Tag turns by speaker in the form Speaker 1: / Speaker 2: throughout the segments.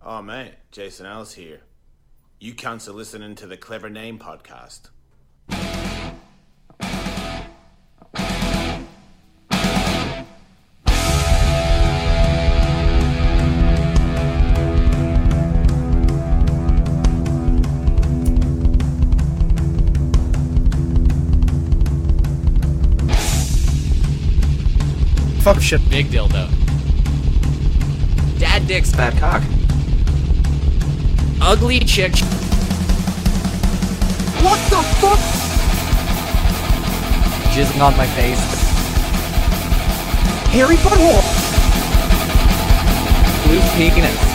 Speaker 1: Oh, mate, Jason Ellis here. You cunts are listening to the Clever Name Podcast.
Speaker 2: Fuck shit.
Speaker 3: Big dildo. Dad dicks.
Speaker 4: Bad cock.
Speaker 3: Ugly chick.
Speaker 4: What the fuck? Jizzing on my face. Hairy butthole. Blue penis.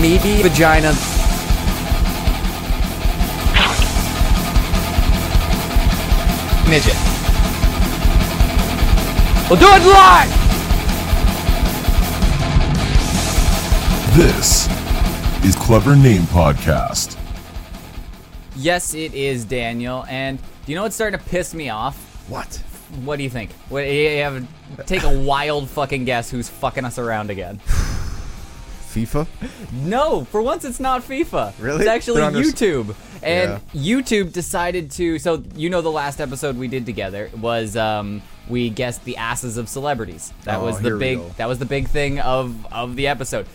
Speaker 4: Meaty vagina.
Speaker 3: Midget.
Speaker 4: We'll do it live!
Speaker 5: This is Clever Name Podcast.
Speaker 4: Yes, it is Daniel. And do you know what's starting to piss me off?
Speaker 2: What?
Speaker 4: What do you think? What, you have, take a wild fucking guess who's fucking us around again.
Speaker 2: FIFA?
Speaker 4: No, for once it's not FIFA.
Speaker 2: Really?
Speaker 4: It's actually
Speaker 2: They're on their s-
Speaker 4: YouTube. And YouTube decided to. So, you know, the last episode we did together was. Um, we guessed the asses of celebrities. That
Speaker 2: Oh,
Speaker 4: was the
Speaker 2: here we
Speaker 4: big.
Speaker 2: go.
Speaker 4: That was the big thing of of the episode.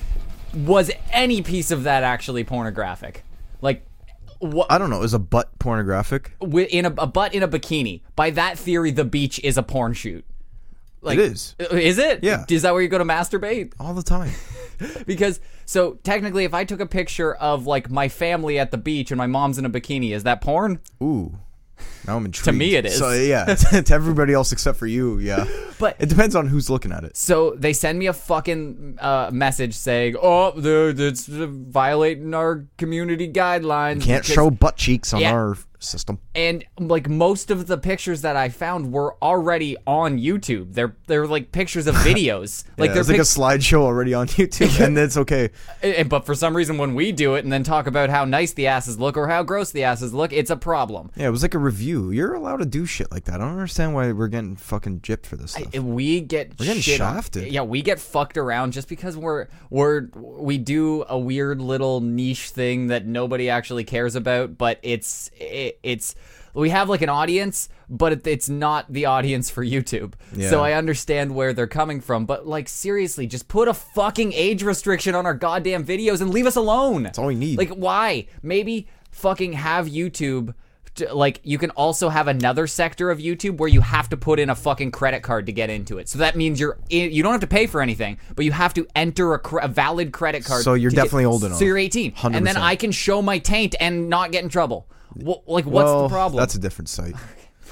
Speaker 4: Was any piece of that actually pornographic? Like, what
Speaker 2: I don't know. Is a butt pornographic?
Speaker 4: wi- in a, a butt in a bikini? By that theory, the beach is a porn shoot. Like, uh,
Speaker 2: it is.
Speaker 4: Is it?
Speaker 2: Yeah. Oh.
Speaker 4: Is that where you go to masturbate?
Speaker 2: All the time.
Speaker 4: because so technically if i took a picture of like my family at the beach and my mom's in a bikini is that porn
Speaker 2: Ooh. Now I'm intrigued.
Speaker 4: me it is.
Speaker 2: So yeah, to everybody else except for you, yeah.
Speaker 4: But-
Speaker 2: it depends on who's looking at it.
Speaker 4: so they send me a fucking uh, message saying oh they're- it's violating our community guidelines
Speaker 2: Can't
Speaker 4: because-
Speaker 2: show butt cheeks on
Speaker 4: Yeah.
Speaker 2: our system.
Speaker 4: and like most of the pictures that i found were already on youtube they're they're like pictures of videos like they're
Speaker 2: yeah, there's like a
Speaker 4: pic-
Speaker 2: slideshow already on YouTube, and it's okay.
Speaker 4: and- but for some reason when we do it and then talk about how nice the asses look or how gross the asses look it's a problem
Speaker 2: Yeah, it was like a review. You're allowed to do shit like that. I don't understand why we're getting fucking gypped for this stuff.
Speaker 4: I- we get
Speaker 2: We're getting
Speaker 4: shit on-
Speaker 2: shafted.
Speaker 4: yeah, we get fucked around just because we're we're we do a weird little niche thing that nobody actually cares about, but it's it, it's we have like an audience, but it, it's not the audience for YouTube. So I understand where they're coming from, but like seriously, just put a fucking age restriction on our goddamn videos and leave us alone. That's
Speaker 2: all we need.
Speaker 4: Like why? Maybe fucking have YouTube t- like you can also have another sector of YouTube where you have to put in a fucking credit card to get into it. So that means you're in, you don't have to pay for anything, but you have to enter a, cre- a valid credit card.
Speaker 2: So you're
Speaker 4: to get-
Speaker 2: definitely old enough.
Speaker 4: So you're 18, and then
Speaker 2: 100%.
Speaker 4: I can show my taint and not get in trouble. Wh- like what's
Speaker 2: Well,
Speaker 4: the problem?
Speaker 2: Oh, That's a different site.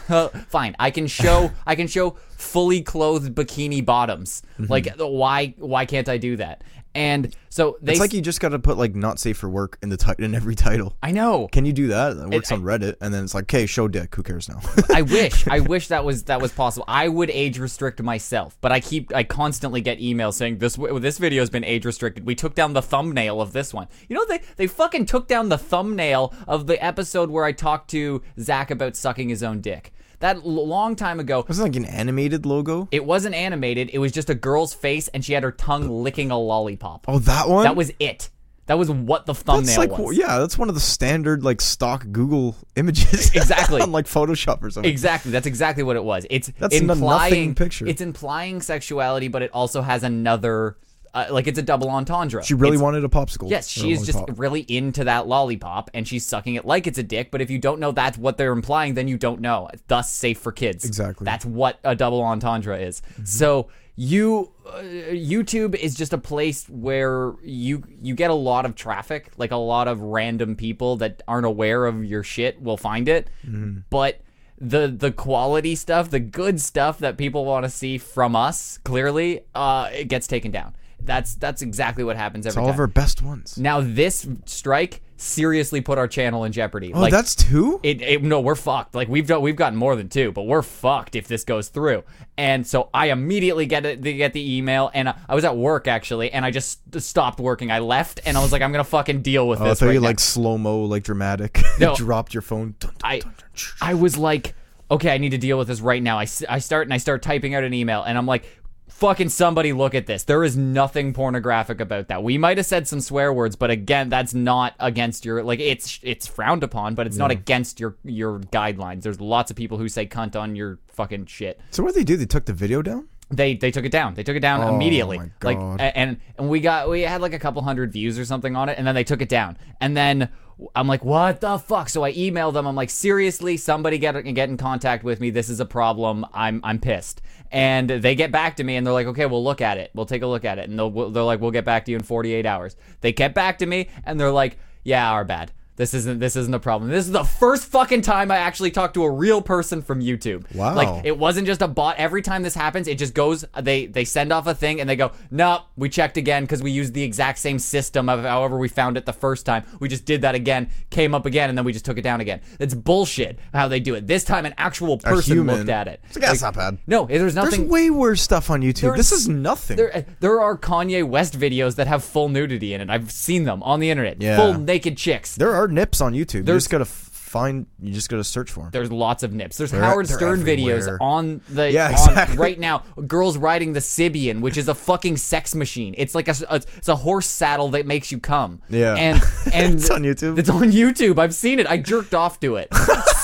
Speaker 4: Uh, fine. I can show I can show fully clothed bikini bottoms.
Speaker 2: Mm-hmm.
Speaker 4: Like why why can't I do that? And so they
Speaker 2: It's like
Speaker 4: s-
Speaker 2: you just got to put like "not safe for work" in the tit in every title.
Speaker 4: I know.
Speaker 2: Can you do that? It works on Reddit, and then it's like, okay, show dick. Who cares now?
Speaker 4: I wish. I wish that was that was possible. I would age restrict myself, but I keep I constantly get emails saying this w- this video has been age restricted. We took down the thumbnail of this one. You know they they fucking took down the thumbnail of the episode where I talked to Zach about sucking his own dick. That l- long time ago.
Speaker 2: Wasn't like an animated logo?
Speaker 4: It wasn't animated. It was just a girl's face, and she had her tongue licking a lollipop.
Speaker 2: oh, that one.
Speaker 4: that was it. That was what the thumbnail
Speaker 2: That's like,
Speaker 4: was.
Speaker 2: yeah, that's one of the standard like stock Google images.
Speaker 4: Exactly.
Speaker 2: on like Photoshop or something.
Speaker 4: Exactly. That's exactly what it was. It's
Speaker 2: That's n- nothing
Speaker 4: implying
Speaker 2: picture.
Speaker 4: It's implying sexuality, but it also has another, uh, like it's a double entendre.
Speaker 2: she really
Speaker 4: It's-
Speaker 2: wanted a popsicle.
Speaker 4: Yes,
Speaker 2: or a
Speaker 4: she is just
Speaker 2: lollipop.
Speaker 4: really into that lollipop, and she's sucking it like it's a dick. But if you don't know that's what they're implying, then you don't know. Thus, safe for kids.
Speaker 2: Exactly. Mm-hmm.
Speaker 4: That's what a double entendre is. So you, uh, YouTube is just a place where you you get a lot of traffic, like a lot of random people that aren't aware of your shit will find it,
Speaker 2: Mm-hmm.
Speaker 4: but. The, the quality stuff, the good stuff that people want to see from us, clearly, uh, it gets taken down. That's that's exactly what happens every
Speaker 2: all
Speaker 4: time.
Speaker 2: of her best ones.
Speaker 4: Now this strike seriously put our channel in jeopardy.
Speaker 2: oh, that's two.
Speaker 4: it, it. No, we're fucked. Like we've done, we've gotten more than two, but we're fucked if this goes through. And so I immediately get it, they get the email, and I was at work actually, and I just st- stopped working. I left, and I was like, I'm gonna fucking deal with
Speaker 2: Oh, I
Speaker 4: this.
Speaker 2: thought
Speaker 4: right
Speaker 2: you
Speaker 4: now.
Speaker 2: like slow mo, like dramatic.
Speaker 4: No.
Speaker 2: dropped your phone. Dun, dun,
Speaker 4: I
Speaker 2: dun, dun, shh.
Speaker 4: I was like, okay, I need to deal with this right now. I, s- I start and I start typing out an email, and I'm like, fucking somebody look at this. There is nothing pornographic about that. We might have said some swear words, but again, that's not against your like it's it's frowned upon, but it's not against your your guidelines. There's lots of people who say cunt on your fucking shit.
Speaker 2: So what did they do? They took the video down.
Speaker 4: They they took it down. They took it down immediately.
Speaker 2: Oh my
Speaker 4: Like
Speaker 2: God.
Speaker 4: a- and and we got we had like a couple hundred views or something on it, and then they took it down. And then I'm like, what the fuck? So I emailed them. I'm like, seriously, somebody get get in contact with me. This is a problem. I'm I'm pissed. And they get back to me, and they're like, okay, we'll look at it. We'll take a look at it. And they'll they're like, we'll get back to you in 48 hours. They get back to me, and they're like, yeah, our bad. This isn't this isn't a problem. This is the first fucking time I actually talked to a real person from YouTube.
Speaker 2: Wow.
Speaker 4: Like it wasn't just a bot. Every time this happens, it just goes. They they send off a thing and they go, nope, we checked again because we used the exact same system of however we found it the first time. We just did that again, came up again, and then we just took it down again. It's bullshit how they do it. This time, an actual person
Speaker 2: human.
Speaker 4: looked at it.
Speaker 2: It's like, "That's not bad."
Speaker 4: No, there's
Speaker 2: There's
Speaker 4: nothing.
Speaker 2: way worse stuff on YouTube. This is nothing.
Speaker 4: There, eh, there are Kanye West videos that have full nudity in it. I've seen them on the internet.
Speaker 2: Yeah.
Speaker 4: Full naked chicks.
Speaker 2: There are nips on YouTube. you just gotta f- find. You just gotta search for them.
Speaker 4: there's lots of nips. There's Howard
Speaker 2: they're
Speaker 4: Stern videos
Speaker 2: everywhere.
Speaker 4: on the
Speaker 2: Yeah,
Speaker 4: on-
Speaker 2: exactly.
Speaker 4: right now. Girls riding the Sibian, which is a fucking sex machine. It's like a, a- it's a horse saddle that makes you come.
Speaker 2: Yeah.
Speaker 4: and and
Speaker 2: It's on YouTube.
Speaker 4: It's on YouTube. I've seen it. I jerked off to it.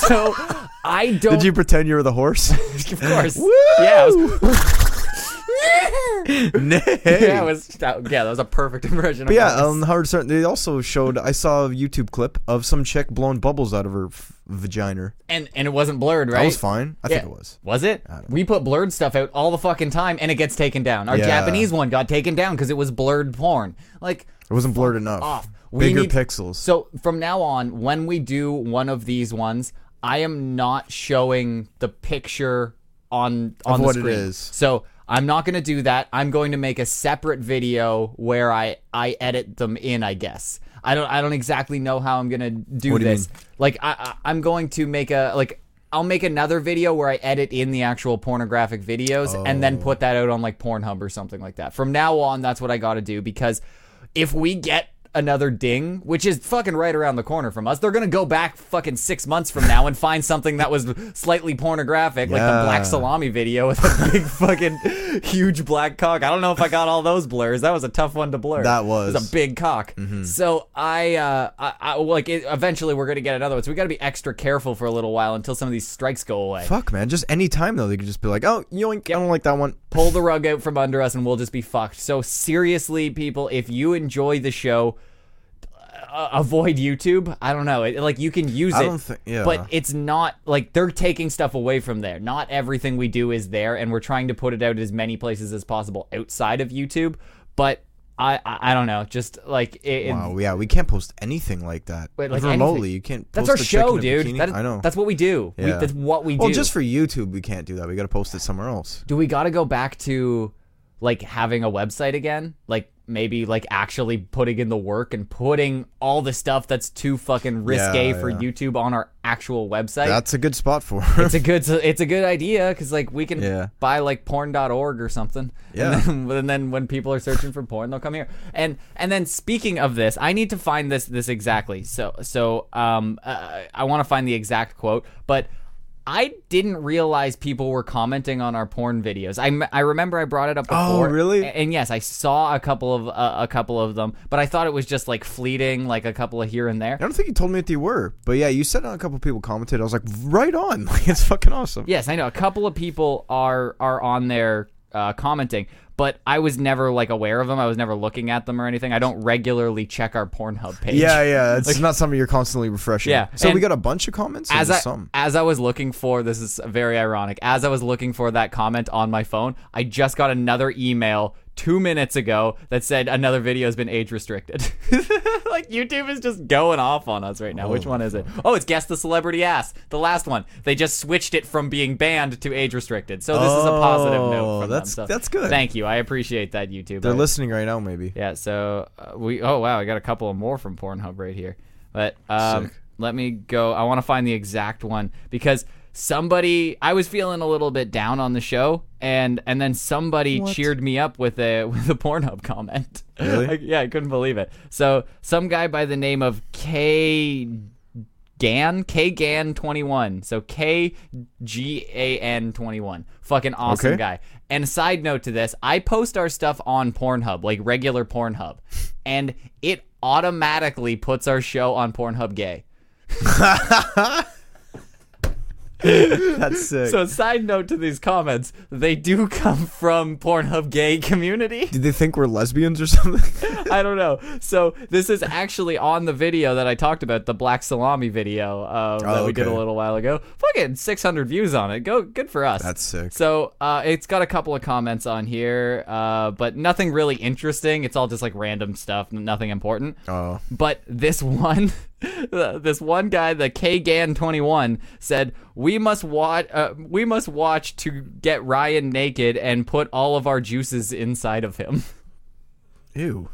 Speaker 4: so I don't.
Speaker 2: Did you pretend you were the horse?
Speaker 4: Of course.
Speaker 2: Woo!
Speaker 4: Yeah. I was,
Speaker 2: Nay.
Speaker 4: yeah. I was, that- yeah. That was a perfect impression.
Speaker 2: But yeah, um, Howard Stern. They also showed. I saw a YouTube clip of some chick blowing bubbles out of her f- vagina.
Speaker 4: and and it wasn't blurred, right?
Speaker 2: That was fine. I think
Speaker 4: Yeah.
Speaker 2: it was.
Speaker 4: Was it? We put blurred stuff out all the fucking time, and it gets taken down. Our
Speaker 2: Yeah.
Speaker 4: Japanese one got taken down because it was blurred porn. Like
Speaker 2: It wasn't blurred enough.
Speaker 4: off. We
Speaker 2: Bigger
Speaker 4: need-
Speaker 2: pixels.
Speaker 4: So from now on, when we do one of these ones, I am not showing the picture on on the
Speaker 2: what it
Speaker 4: screen.
Speaker 2: is.
Speaker 4: So I'm not going to do that. I'm going to make a separate video where I I edit them in. I guess I don't I don't exactly know how I'm going to do
Speaker 2: What do you
Speaker 4: this.
Speaker 2: mean?
Speaker 4: Like I, I I'm going to make a like. I'll make another video where I edit in the actual pornographic videos and then put that out on like Pornhub or something like that. From now on, that's what I got to do because if we get another ding, which is fucking right around the corner from us, they're going to go back fucking 6 months from now and find something that was slightly pornographic like the
Speaker 2: Yeah.
Speaker 4: black salami video with a big fucking huge black cock. I don't know if I got all those blurs. That was a tough one to blur.
Speaker 2: That
Speaker 4: It
Speaker 2: was. Mm-hmm.
Speaker 4: a big cock. So I, uh, I, I like it, eventually we're gonna get another one. So we got to be extra careful for a little while until some of these strikes go away.
Speaker 2: Fuck, man. Just any time though, they could just be like, "Oh, yoink! I don't like that one."
Speaker 4: Pull the rug out from under us, and we'll just be fucked. So seriously, people, if you enjoy the show. Uh, avoid YouTube. I don't know. It, like you can use
Speaker 2: I
Speaker 4: it,
Speaker 2: don't thi- yeah.
Speaker 4: but it's not like they're taking stuff away from there. Not everything we do is there, and we're trying to put it out as many places as possible outside of YouTube. But I, I, I don't know. Just like it, it-
Speaker 2: Wow, Oh, yeah, we can't post anything like that.
Speaker 4: Wait, like
Speaker 2: remotely,
Speaker 4: anything.
Speaker 2: you can't.
Speaker 4: That's
Speaker 2: post
Speaker 4: our
Speaker 2: a chick in
Speaker 4: show,
Speaker 2: a
Speaker 4: dude.
Speaker 2: bikini.
Speaker 4: That-
Speaker 2: I know.
Speaker 4: That's what we do. We,
Speaker 2: Yeah.
Speaker 4: that's what we do.
Speaker 2: well, just for YouTube, we can't do that. We got to post it somewhere else.
Speaker 4: do we got to go back to like having a website again? Like maybe like actually putting in the work and putting all the stuff that's too fucking risque
Speaker 2: Yeah,
Speaker 4: for
Speaker 2: yeah.
Speaker 4: YouTube on our actual website.
Speaker 2: That's a good spot for.
Speaker 4: it's a good it's a good idea because like we can
Speaker 2: Yeah.
Speaker 4: buy like porn.org or something
Speaker 2: Yeah.
Speaker 4: and then, and then when people are searching for porn they'll come here and and then speaking of this i need to find this this exactly so so um uh, i want to find the exact quote but I didn't realize people were commenting on our porn videos. I, m- I remember I brought it up
Speaker 2: Oh,
Speaker 4: before.
Speaker 2: really?
Speaker 4: A- And yes, I saw a couple of uh, a couple of them, but I thought it was just like fleeting, like a couple of here and there.
Speaker 2: I don't think you told me what they were, but yeah, you said a couple people commented. I was like, right on, like it's fucking awesome.
Speaker 4: Yes, I know. A couple of people are are on there uh, commenting, but I was never like aware of them. I was never looking at them or anything. I don't regularly check our Pornhub page.
Speaker 2: yeah, yeah. It's not something you're constantly refreshing.
Speaker 4: Yeah,
Speaker 2: So
Speaker 4: and-
Speaker 2: we got a bunch of comments. Or
Speaker 4: As I,
Speaker 2: just some.
Speaker 4: as I was looking for this is very ironic. As I was looking for that comment on my phone, I just got another email two minutes ago that said another video has been age restricted. like YouTube is just going off on us right now. Which one is it? Oh, it's guess the celebrity ass. The last one. They just switched it from being banned to age restricted. So this is a positive note.
Speaker 2: Oh,
Speaker 4: From
Speaker 2: that's-
Speaker 4: them. So
Speaker 2: that's good.
Speaker 4: Thank you. I appreciate that YouTube.
Speaker 2: They're
Speaker 4: I-
Speaker 2: listening right now, maybe.
Speaker 4: yeah, so uh, we oh wow, I got a couple of more from Pornhub right here. But um,
Speaker 2: Sick.
Speaker 4: let me go. I want to find the exact one because somebody I was feeling a little bit down on the show and and then somebody cheered me up with a with a Pornhub comment.
Speaker 2: Really?
Speaker 4: I- yeah, I couldn't believe it. So some guy by the name of K Gan Kgan twenty one. So K G A N twenty one. Fucking awesome
Speaker 2: Okay.
Speaker 4: guy. And side note to this, I post our stuff on Pornhub, like regular Pornhub, and it automatically puts our show on Pornhub Gay.
Speaker 2: That's sick.
Speaker 4: So side note to these comments, they do come from Pornhub Gay community.
Speaker 2: Did they think we're lesbians or something?
Speaker 4: I don't know. So this is actually on the video that I talked about, the black salami video um, that
Speaker 2: Oh,
Speaker 4: we did a
Speaker 2: okay.
Speaker 4: little while ago. Fucking 600 views on it. Go, good for us.
Speaker 2: That's sick.
Speaker 4: So uh, it's got a couple of comments on here, uh, but nothing really interesting. It's all just like random stuff, n- nothing important.
Speaker 2: Oh.
Speaker 4: But this one, this one guy, the Kgan twenty one, said we must watch. Uh, we must watch to get Ryan naked and put all of our juices inside of him.
Speaker 2: Ew.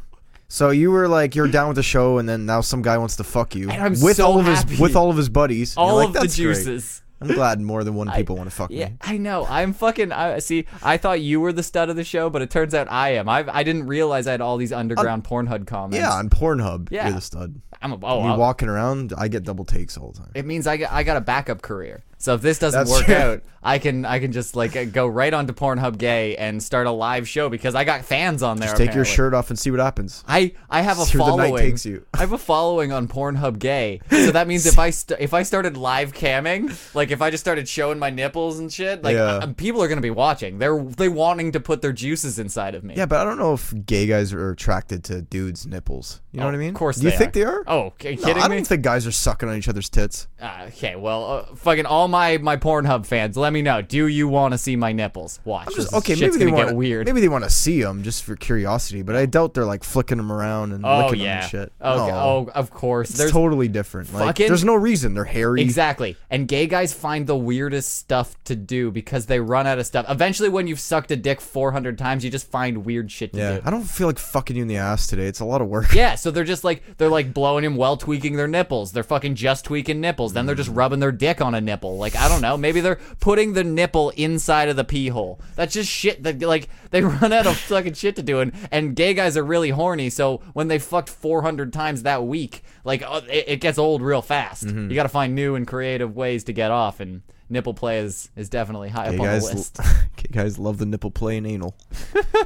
Speaker 2: So you were like you're down with the show, and then now some guy wants to fuck you
Speaker 4: And I'm
Speaker 2: with
Speaker 4: so
Speaker 2: all of
Speaker 4: happy.
Speaker 2: his with all of his buddies. You're
Speaker 4: all
Speaker 2: like,
Speaker 4: of the
Speaker 2: "That's great."
Speaker 4: juices.
Speaker 2: I'm glad more than one people want to fuck
Speaker 4: Yeah,
Speaker 2: me.
Speaker 4: I know. I'm fucking. I see. I thought you were the stud of the show, but it turns out I am. I I didn't realize I had all these underground Pornhub comments.
Speaker 2: Uh, Yeah, on Pornhub,
Speaker 4: Yeah.
Speaker 2: you're the stud.
Speaker 4: I'm a. Oh,
Speaker 2: Me
Speaker 4: I'll-
Speaker 2: walking around, I get double takes all the time.
Speaker 4: it means I got, I got a backup career. So if this doesn't
Speaker 2: That's
Speaker 4: work
Speaker 2: true.
Speaker 4: out, I can I can just like uh, go right onto Pornhub Gay and start a live show because I got fans on there.
Speaker 2: Just take your
Speaker 4: apparently.
Speaker 2: shirt off and see what happens.
Speaker 4: I, I have a
Speaker 2: See where the night
Speaker 4: following.
Speaker 2: takes you.
Speaker 4: I have a following on Pornhub Gay, so that means if I st- if I started live camming, like if I just started showing my nipples and shit, like
Speaker 2: Yeah.
Speaker 4: uh, people are gonna be watching. They're they wanting to put their juices inside of me.
Speaker 2: Yeah, but I don't know if gay guys are attracted to dudes' nipples. You know what I mean?
Speaker 4: Oh, Of course,
Speaker 2: Do you
Speaker 4: they
Speaker 2: think
Speaker 4: are.
Speaker 2: they are?
Speaker 4: Oh, okay,
Speaker 2: No,
Speaker 4: kidding
Speaker 2: I don't
Speaker 4: me?
Speaker 2: think guys are sucking on each other's tits.
Speaker 4: Ah, okay, well, uh, fucking all my my Pornhub fans, let me know. Do you want to see my nipples? Watch.
Speaker 2: I'm just
Speaker 4: this
Speaker 2: okay.
Speaker 4: shit's
Speaker 2: Maybe they
Speaker 4: gonna
Speaker 2: want
Speaker 4: get weird.
Speaker 2: Maybe they want to see them just for curiosity, but I doubt they're like flicking them around and
Speaker 4: oh
Speaker 2: licking 'em
Speaker 4: yeah.
Speaker 2: and shit.
Speaker 4: Okay.
Speaker 2: No.
Speaker 4: Oh, of course.
Speaker 2: It's
Speaker 4: There's
Speaker 2: totally different. Like,
Speaker 4: Fucking-
Speaker 2: there's no reason they're hairy.
Speaker 4: Exactly. And gay guys find the weirdest stuff to do because they run out of stuff. Eventually, when you've sucked a dick 400 times, you just find weird shit to
Speaker 2: Yeah,
Speaker 4: do.
Speaker 2: I don't feel like fucking you in the ass today. It's a lot of work.
Speaker 4: Yeah, so they're just like they're like blowing him while tweaking their nipples. They're fucking just tweaking nipples. Then they're just rubbing their dick on a nipple. Like I don't know, maybe they're putting the nipple inside of the pee hole. That's just shit. That like they run out of fucking shit to do, and and gay guys are really horny. So when they fucked 400 times that week, like oh, it, it gets old real fast.
Speaker 2: Mm-hmm.
Speaker 4: You got to find new and creative ways to get off, and nipple play is is definitely high
Speaker 2: Gay
Speaker 4: up on the
Speaker 2: guys,
Speaker 4: list.
Speaker 2: gay guys love the nipple play and anal.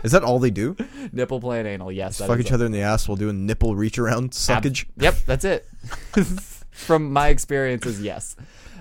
Speaker 2: Is that all they do?
Speaker 4: nipple play and anal, yes. that
Speaker 2: Fuck
Speaker 4: is
Speaker 2: each other in the ass while doing nipple reach around
Speaker 4: Ab-
Speaker 2: suckage.
Speaker 4: Yep, that's it. From my experiences, yes.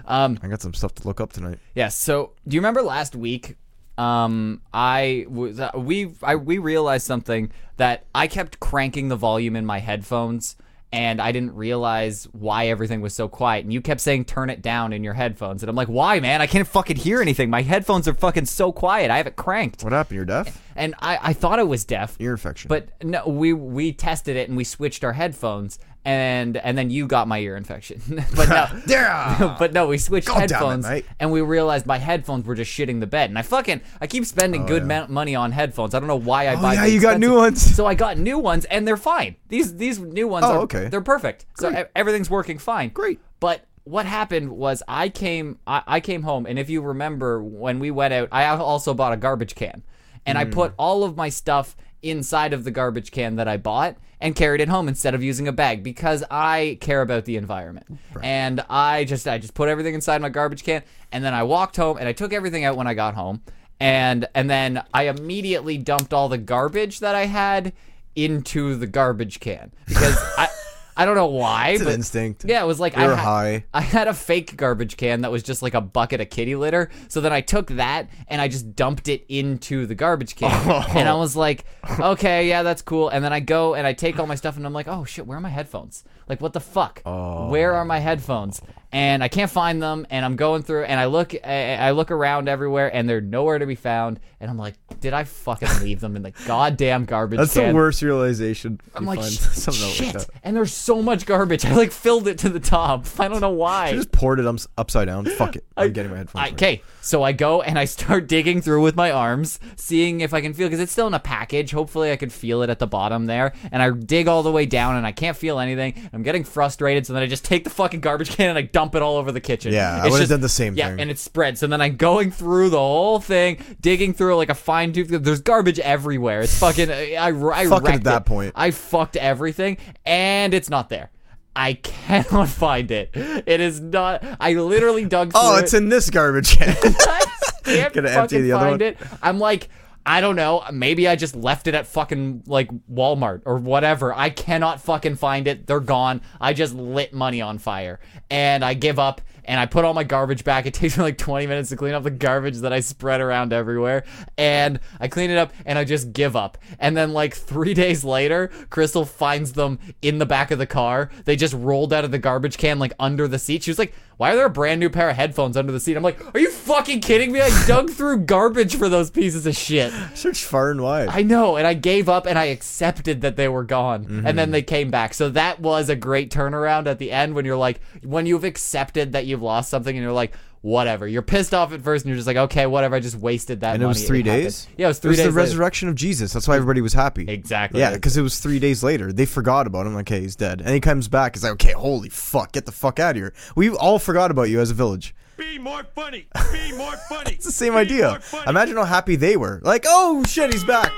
Speaker 4: Um,
Speaker 2: I got some stuff to look up tonight.
Speaker 4: yeah. So, do you remember last week? Um, I was uh, we I we realized something that I kept cranking the volume in my headphones, and I didn't realize why everything was so quiet. And you kept saying turn it down in your headphones, and I'm like, why, man? I can't fucking hear anything. My headphones are fucking so quiet. I have it cranked,
Speaker 2: What happened? You're deaf?
Speaker 4: and I I thought it was deaf.
Speaker 2: Ear infection.
Speaker 4: But no, we we tested it and we switched our headphones, and and then you got my ear infection. but no,
Speaker 2: yeah.
Speaker 4: but no, we switched
Speaker 2: God damn it,
Speaker 4: headphones,
Speaker 2: mate.
Speaker 4: and we realized my headphones were just shitting the bed. And I fucking I keep spending good ma- money on headphones. I don't know why I buy.
Speaker 2: Oh, yeah,
Speaker 4: the
Speaker 2: you got
Speaker 4: expensive-
Speaker 2: new ones.
Speaker 4: So I got new ones, and they're fine. These these new ones
Speaker 2: Oh,
Speaker 4: are
Speaker 2: okay.
Speaker 4: They're perfect. So e- everything's working fine.
Speaker 2: Great.
Speaker 4: But what happened was I came I, I came home, and if you remember when we went out, I al- also bought a garbage can, and I put all of my stuff inside of the garbage can that I bought and carried it home instead of using a bag because I care about the environment. And I just I just put everything inside my garbage can and then I walked home and I took everything out when I got home and and then I immediately dumped all the garbage that I had into the garbage can because I I don't know why
Speaker 2: an
Speaker 4: but-
Speaker 2: instinct.
Speaker 4: Yeah, it was like
Speaker 2: You're
Speaker 4: I had,
Speaker 2: high.
Speaker 4: I had a fake garbage can that was just like a bucket of kitty litter. So then I took that and I just dumped it into the garbage can.
Speaker 2: Oh.
Speaker 4: And I was like, okay, yeah, that's cool. And then I go and I take all my stuff and I'm like, oh shit, where are my headphones? Like, what the fuck?
Speaker 2: Oh.
Speaker 4: Where are my headphones? And I can't find them. And I'm going through and I look, I I look around everywhere and they're nowhere to be found. And I'm like, did I fucking leave them in the goddamn garbage
Speaker 2: That's
Speaker 4: can?
Speaker 2: the worst realization.
Speaker 4: I'm
Speaker 2: you
Speaker 4: like,
Speaker 2: find
Speaker 4: "Sh-
Speaker 2: something like
Speaker 4: shit.
Speaker 2: that.
Speaker 4: and there's so much garbage. I like filled it to the top. I don't know
Speaker 2: I
Speaker 4: why.
Speaker 2: just poured it ups- upside down. Fuck it. I'm getting my headphones.
Speaker 4: I,
Speaker 2: back.
Speaker 4: okay, so I go and I start digging through with my arms, seeing if I can feel because it's still in a package. Hopefully, I could feel it at the bottom there. And I dig all the way down, and I can't feel anything. I'm getting frustrated, so then I just take the fucking garbage can and I dump it all over the kitchen.
Speaker 2: Yeah, I
Speaker 4: It's
Speaker 2: would've
Speaker 4: just-
Speaker 2: done the same
Speaker 4: yeah,
Speaker 2: thing.
Speaker 4: and it spreads. And then I'm going through the whole thing, digging through like a fine tooth. There's garbage everywhere. It's fucking. I, I
Speaker 2: Fuck it at
Speaker 4: wrecked
Speaker 2: that point.
Speaker 4: I fucked everything, and it's not there. I cannot find it. It is not. I literally dug.
Speaker 2: Oh,
Speaker 4: through
Speaker 2: it's
Speaker 4: it.
Speaker 2: in this garbage can.
Speaker 4: I can't fucking
Speaker 2: Gonna empty the other
Speaker 4: find
Speaker 2: one?
Speaker 4: it. I'm like, I don't know. Maybe I just left it at fucking like Walmart or whatever. I cannot fucking find it. They're gone. I just lit money on fire, and I give up. And I put all my garbage back. It takes me like 20 minutes to clean up the garbage that I spread around everywhere. And I clean it up and I just give up. And then, like, three days later, Crystal finds them in the back of the car. They just rolled out of the garbage can, like, under the seat. She was like, why are there a brand new pair of headphones under the seat? I'm like, are you fucking kidding me? I dug through garbage for those pieces of shit.
Speaker 2: Search far and wide.
Speaker 4: I know, and I gave up and I accepted that they were gone. And then they came back. So that was a great turnaround at the end when you're like, when you've accepted that you've lost something and you're like, whatever. You're pissed off at first and you're just like, okay, whatever. I just wasted that
Speaker 2: and it was
Speaker 4: money.
Speaker 2: three
Speaker 4: happened.
Speaker 2: days.
Speaker 4: Yeah, it was three
Speaker 2: It
Speaker 4: days.
Speaker 2: was the
Speaker 4: later.
Speaker 2: resurrection of Jesus. That's why everybody was happy.
Speaker 4: Exactly.
Speaker 2: Yeah, because it was three days later. They forgot about him. Like, okay, he's dead. And he comes back. He's like, okay, holy fuck, get the fuck out of here. We all forgot about you as a village.
Speaker 1: Be more funny. Be more funny.
Speaker 2: It's the same idea. Imagine how happy they were. Like, oh shit, he's back.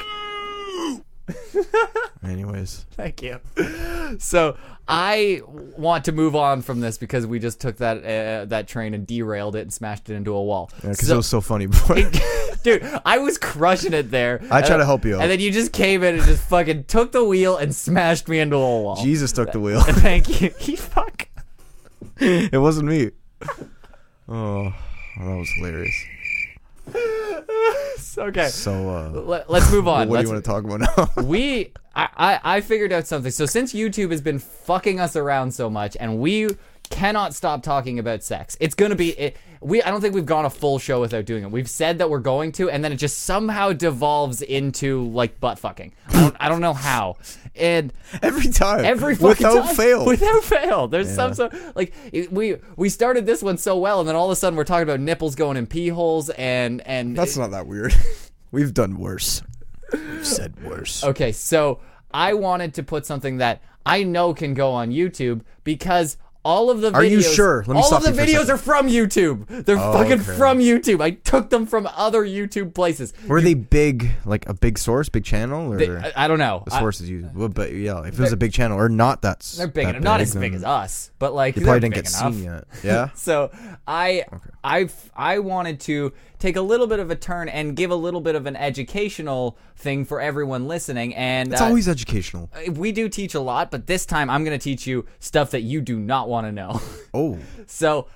Speaker 2: Anyways,
Speaker 4: Thank you. So I want to move on from this because we just took that uh, that train and derailed it and smashed it into a wall.
Speaker 2: because
Speaker 4: So-
Speaker 2: it was so funny before.
Speaker 4: dude, I was crushing it there.
Speaker 2: I tried
Speaker 4: And-
Speaker 2: to help you out.
Speaker 4: and then you just came in and just fucking took the wheel and smashed me into a wall.
Speaker 2: Jesus took the wheel.
Speaker 4: Thank you. He fuck.
Speaker 2: it wasn't me. Oh, that was hilarious.
Speaker 4: Okay,
Speaker 2: So, uh,
Speaker 4: let, us move on.
Speaker 2: what
Speaker 4: Let's-
Speaker 2: do you want to talk about now?
Speaker 4: we I, I I figured out something. So since YouTube has been fucking us around so much, and we cannot stop talking about sex, it's gonna be it, we. I don't think we've gone a full show without doing it. We've said that we're going to, and then it just somehow devolves into like butt fucking. I don't, I don't know how. And
Speaker 2: every time,
Speaker 4: every fucking
Speaker 2: without
Speaker 4: time.
Speaker 2: fail.
Speaker 4: Without fail. There's some sort like it- we we started this one so well, and then all of a sudden we're talking about nipples going in pee holes and and
Speaker 2: That's not that weird. We've done worse. We've said worse.
Speaker 4: Okay, so I wanted to put something that I know can go on YouTube because all of the videos,
Speaker 2: Are you sure? Let me
Speaker 4: all
Speaker 2: stop
Speaker 4: of
Speaker 2: you
Speaker 4: the
Speaker 2: for a
Speaker 4: videos
Speaker 2: second. Oh,
Speaker 4: are from YouTube. They're fucking
Speaker 2: okay.
Speaker 4: from YouTube. I took them from other YouTube places.
Speaker 2: Were they big, like a big source, big channel, or
Speaker 4: I, I don't know.
Speaker 2: the
Speaker 4: I,
Speaker 2: sources you? Well, but yeah, if it was a big channel or not, that's
Speaker 4: they're big
Speaker 2: that
Speaker 4: enough. Not as
Speaker 2: then
Speaker 4: big as us, but like
Speaker 2: You
Speaker 4: they're
Speaker 2: probably didn't
Speaker 4: big
Speaker 2: get
Speaker 4: enough.
Speaker 2: seen yet. Yeah.
Speaker 4: So I I I wanted to take a little bit of a turn and give a little bit of an educational thing for everyone listening. And uh,
Speaker 2: It's always educational.
Speaker 4: we do teach a lot, but this time I'm going to teach you stuff that you do not want to know.
Speaker 2: Oh,
Speaker 4: so,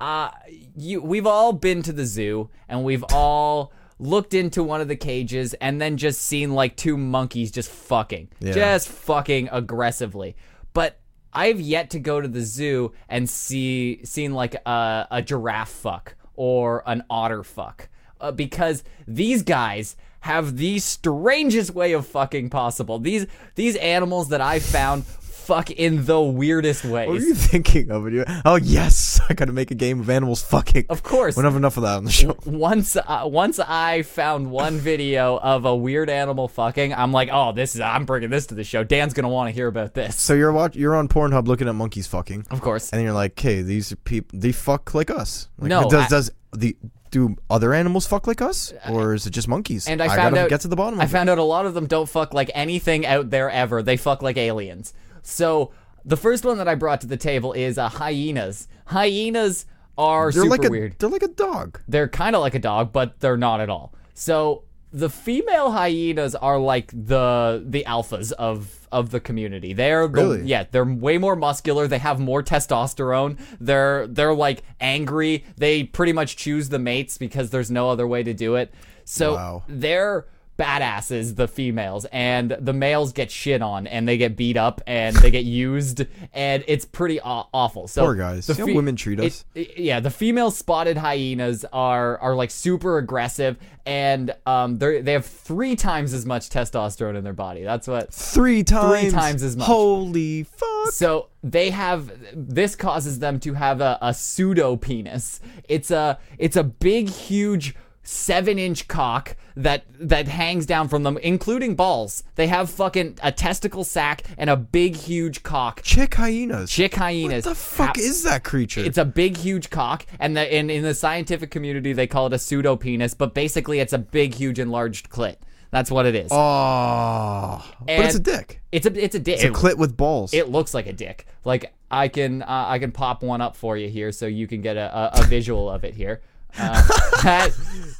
Speaker 4: uh, you we've all been to the zoo and we've all looked into one of the cages and then just seen like two monkeys just fucking, just fucking aggressively. But I've yet to go to the zoo and see seen like a, a giraffe fuck or an otter fuck uh, because these guys have the strangest way of fucking possible. These these animals that I found fuck in the weirdest ways.
Speaker 2: what are you thinking of? You- Oh yes, I gotta make a game of animals fucking.
Speaker 4: Of course.
Speaker 2: we don't have enough of that on the show.
Speaker 4: once uh, once I found one video of a weird animal fucking, I'm like, oh, this is I'm bringing this to the show. Dan's gonna want to hear about this,
Speaker 2: So you're watch, you're on Pornhub looking at monkeys fucking,
Speaker 4: of course.
Speaker 2: and then you're like, "Okay, these are people. They fuck like us." Like,
Speaker 4: No,
Speaker 2: does
Speaker 4: I-
Speaker 2: does the do other animals fuck like us, or is it just monkeys?
Speaker 4: And I found
Speaker 2: gotta
Speaker 4: out
Speaker 2: get to the bottom.
Speaker 4: I
Speaker 2: of it.
Speaker 4: found out a lot of them don't fuck like anything out there ever. They fuck like aliens. So the first one that I brought to the table is uh, hyenas. Hyenas are
Speaker 2: They're
Speaker 4: super
Speaker 2: like a
Speaker 4: weird.
Speaker 2: they're like a dog.
Speaker 4: they're kind of like a dog, but they're not at all. So the female hyenas are like the the alphas of of the community. They're the,
Speaker 2: Really?
Speaker 4: yeah, they're way more muscular. They have more testosterone. They're they're like angry. They pretty much choose the mates because there's no other way to do it. So
Speaker 2: Wow.
Speaker 4: they're badasses the females and the males get shit on and they get beat up and they get used and it's pretty aw- awful so
Speaker 2: Poor guys.
Speaker 4: the
Speaker 2: See how women treat
Speaker 4: it-
Speaker 2: us?
Speaker 4: I- yeah, the female spotted hyenas are are like super aggressive, and um, they they have three times as much testosterone in their body. That's what.
Speaker 2: Three times.
Speaker 4: times as much.
Speaker 2: Holy fuck.
Speaker 4: So they have this causes them to have a, a pseudo penis. It's a it's a big huge seven inch cock that that hangs down from them, including balls. They have fucking a testicle sack and a big huge cock.
Speaker 2: Chick hyenas.
Speaker 4: Chick hyenas.
Speaker 2: What the fuck
Speaker 4: Ha-
Speaker 2: is that creature?
Speaker 4: It's a big, huge cock, and the, in in the scientific community they call it a pseudo penis, but basically it's a big, huge, enlarged clit. That's what it is.
Speaker 2: oh, but it's a
Speaker 4: and-
Speaker 2: dick.
Speaker 4: It's a it's a dick.
Speaker 2: A clit with balls.
Speaker 4: it looks like a dick. Like I can uh, I can pop one up for you here, so you can get a, a, a visual of it here. Uh, that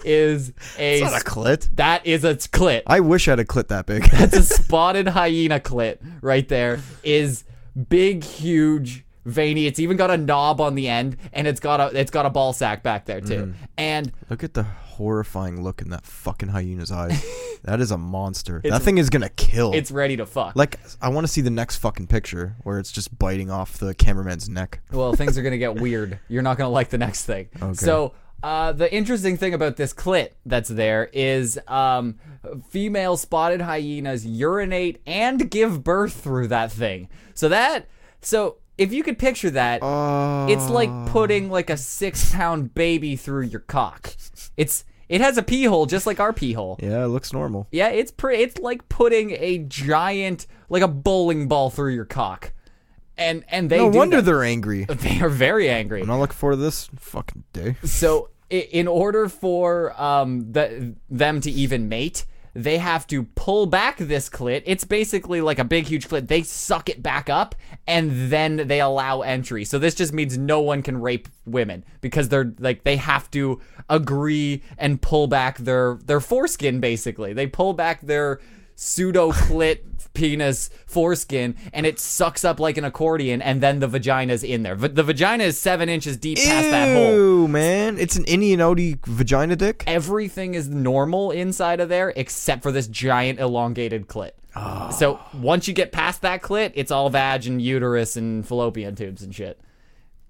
Speaker 4: is a,
Speaker 2: Not a clit.
Speaker 4: that is a clit.
Speaker 2: I wish I had a clit that big.
Speaker 4: That's a spotted hyena clit right there. Is big, huge, veiny. It's even got a knob on the end, and it's got a it's got a ball sack back there too.
Speaker 2: Mm-hmm.
Speaker 4: And
Speaker 2: Look at the horrifying look in that fucking hyena's eyes. that is a monster. that thing is gonna kill.
Speaker 4: it's ready to fuck.
Speaker 2: like I want to see the next fucking picture where it's just biting off the cameraman's neck.
Speaker 4: well, things are going to get weird. You're not going to like the next thing.
Speaker 2: Oh,
Speaker 4: So, uh, the interesting thing about this clit that's there is um, female spotted hyenas urinate and give birth through that thing. So that so if you could picture that, it's like
Speaker 2: Ah.
Speaker 4: putting like a six pound baby through your cock. It's it has a pee hole just like our pee hole.
Speaker 2: Yeah, it looks normal.
Speaker 4: Yeah, it's pretty. It's like putting a giant like a bowling ball through your cock. And and they
Speaker 2: No
Speaker 4: do
Speaker 2: wonder
Speaker 4: that.
Speaker 2: they're angry.
Speaker 4: They are very angry.
Speaker 2: I'm not looking forward to this fucking day.
Speaker 4: So, i- in order for um, the, them to even mate, they have to pull back this clit. It's basically like a big, huge clit. They suck it back up, and then they allow entry. So this just means no one can rape women because they're like they have to agree and pull back their their foreskin. Basically, they pull back their pseudo clit penis foreskin and it sucks up like an accordion and then the vagina's in there Va- the vagina is seven inches deep past that hole
Speaker 2: Ew, man! It's an innie and outie vagina dick.
Speaker 4: everything is normal inside of there except for this giant elongated clit.
Speaker 2: Ah.
Speaker 4: So once you get past that clit, it's all vag and uterus and fallopian tubes and shit.